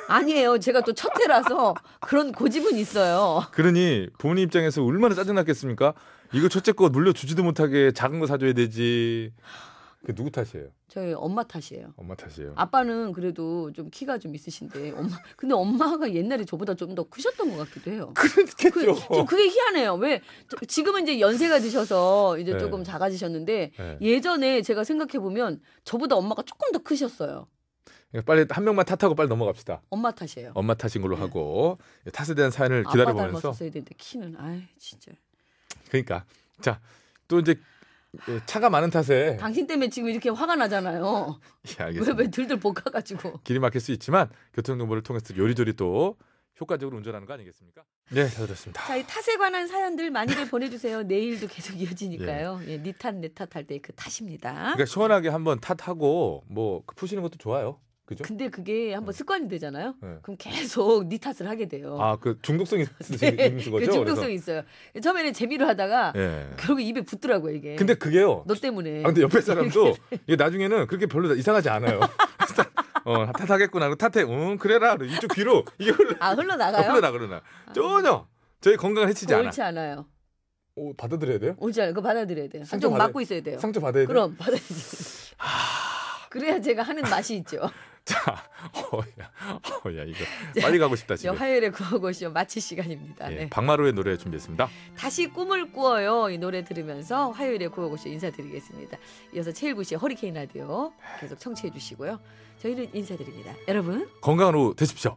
S2: 아니에요. 제가 또 첫째라서 그런 고집은 있어요.
S8: 그러니 부모님 입장에서 얼마나 짜증났겠습니까? 이거 첫째 거 물려주지도 못하게 작은 거 사줘야 되지. 그 누구 탓이에요?
S2: 저희 엄마 탓이에요.
S8: 엄마 탓이에요.
S2: 아빠는 그래도 좀 키가 좀 있으신데 엄마 근데 엄마가 옛날에 저보다 좀 더 크셨던 것 같기도 해요.
S8: 그렇겠죠.
S2: 좀 그게 희한해요. 왜 저- 지금은 이제 연세가 드셔서 이제
S8: 네.
S2: 조금 작아지셨는데
S8: 예.
S2: 예전에 제가 생각해 보면 저보다 엄마가 조금 더 크셨어요.
S8: 그러니까 빨리 한 명만 탓하고 빨리 넘어갑시다.
S2: 엄마 탓이에요.
S8: 엄마 탓인 걸로 하고 탓에 대한 사연을
S2: 네. 아빠
S8: 기다려보면서 네.
S2: 닮았었어야 되는데 키는 아이 진짜
S8: 그러니까 자 또 이제 예, 차가 많은 탓에
S2: 당신 때문에 지금 이렇게 화가 나잖아요.
S8: 예,
S2: 왜
S8: 알겠습니다.
S2: 왜 들들 볶아가지고.
S8: 길이 막힐 수 있지만 교통 정보를 통해서 요리조리 또 효과적으로 운전하는 거 아니겠습니까? 네, 잘 들었습니다.
S2: 자, 이 탓에 관한 사연들 많이들 보내주세요. 내일도 계속 이어지니까요. 예, 니 탓, 내 탓 할 때 그 탓입니다.
S8: 그러니까 시원하게 한번 탓하고 뭐 푸시는 것도 좋아요. 그죠?
S2: 근데 그게 한번 습관이 되잖아요.
S8: 그렇죠? 네.
S2: 그럼 계속 니 탓을 하게 돼요.
S8: 아, 그 중독성 있- 있는 거죠.
S2: 어. 그
S8: 그래서.
S2: 중독성이 있어요. 처음에는 재미로 하다가
S8: 예.
S2: 결국 입에 붙더라고요 이게.
S8: 근데 그게요.
S2: 너 때문에.
S8: 아, 근데 옆에 사람도
S2: 네.
S8: 이게 나중에는 그렇게 별로 이상하지 않아요. 어, 탓하겠구나. 그리고 탓해. 응, 그래라. 그리고 이쪽 귀로 이게 흘러
S2: 아 흘러나가요? 아. 어,
S8: 흘러나 그러나. 전혀 저희 건강을 해치지 않아.
S2: 옳지 않아요.
S8: 오, 받아들여야 돼요?
S2: 옳지 않아요. 그거 받아들여야 돼요.
S8: 상처
S2: 좀
S8: 받아야-
S2: 막고 있어야 돼요.
S8: 상처 받아야 돼요.
S2: 그럼 받아들여야 돼요. 그래야 제가 하는 맛이
S8: 아,
S2: 있죠.
S8: 자, 어야, 어야 이거 빨리 가고 싶다
S2: 저
S8: 지금.
S2: 화요일에 구호고쇼 마칠 시간입니다.
S8: 예,
S2: 네.
S8: 박마루의 노래 준비했습니다.
S2: 다시 꿈을 꾸어요 이 노래 들으면서 화요일에 구호고쇼 인사드리겠습니다. 이어서 최일구 씨의 허리케인 라디오 계속 청취해 주시고요. 저희는 인사드립니다. 여러분
S8: 건강한 오후 되십시오.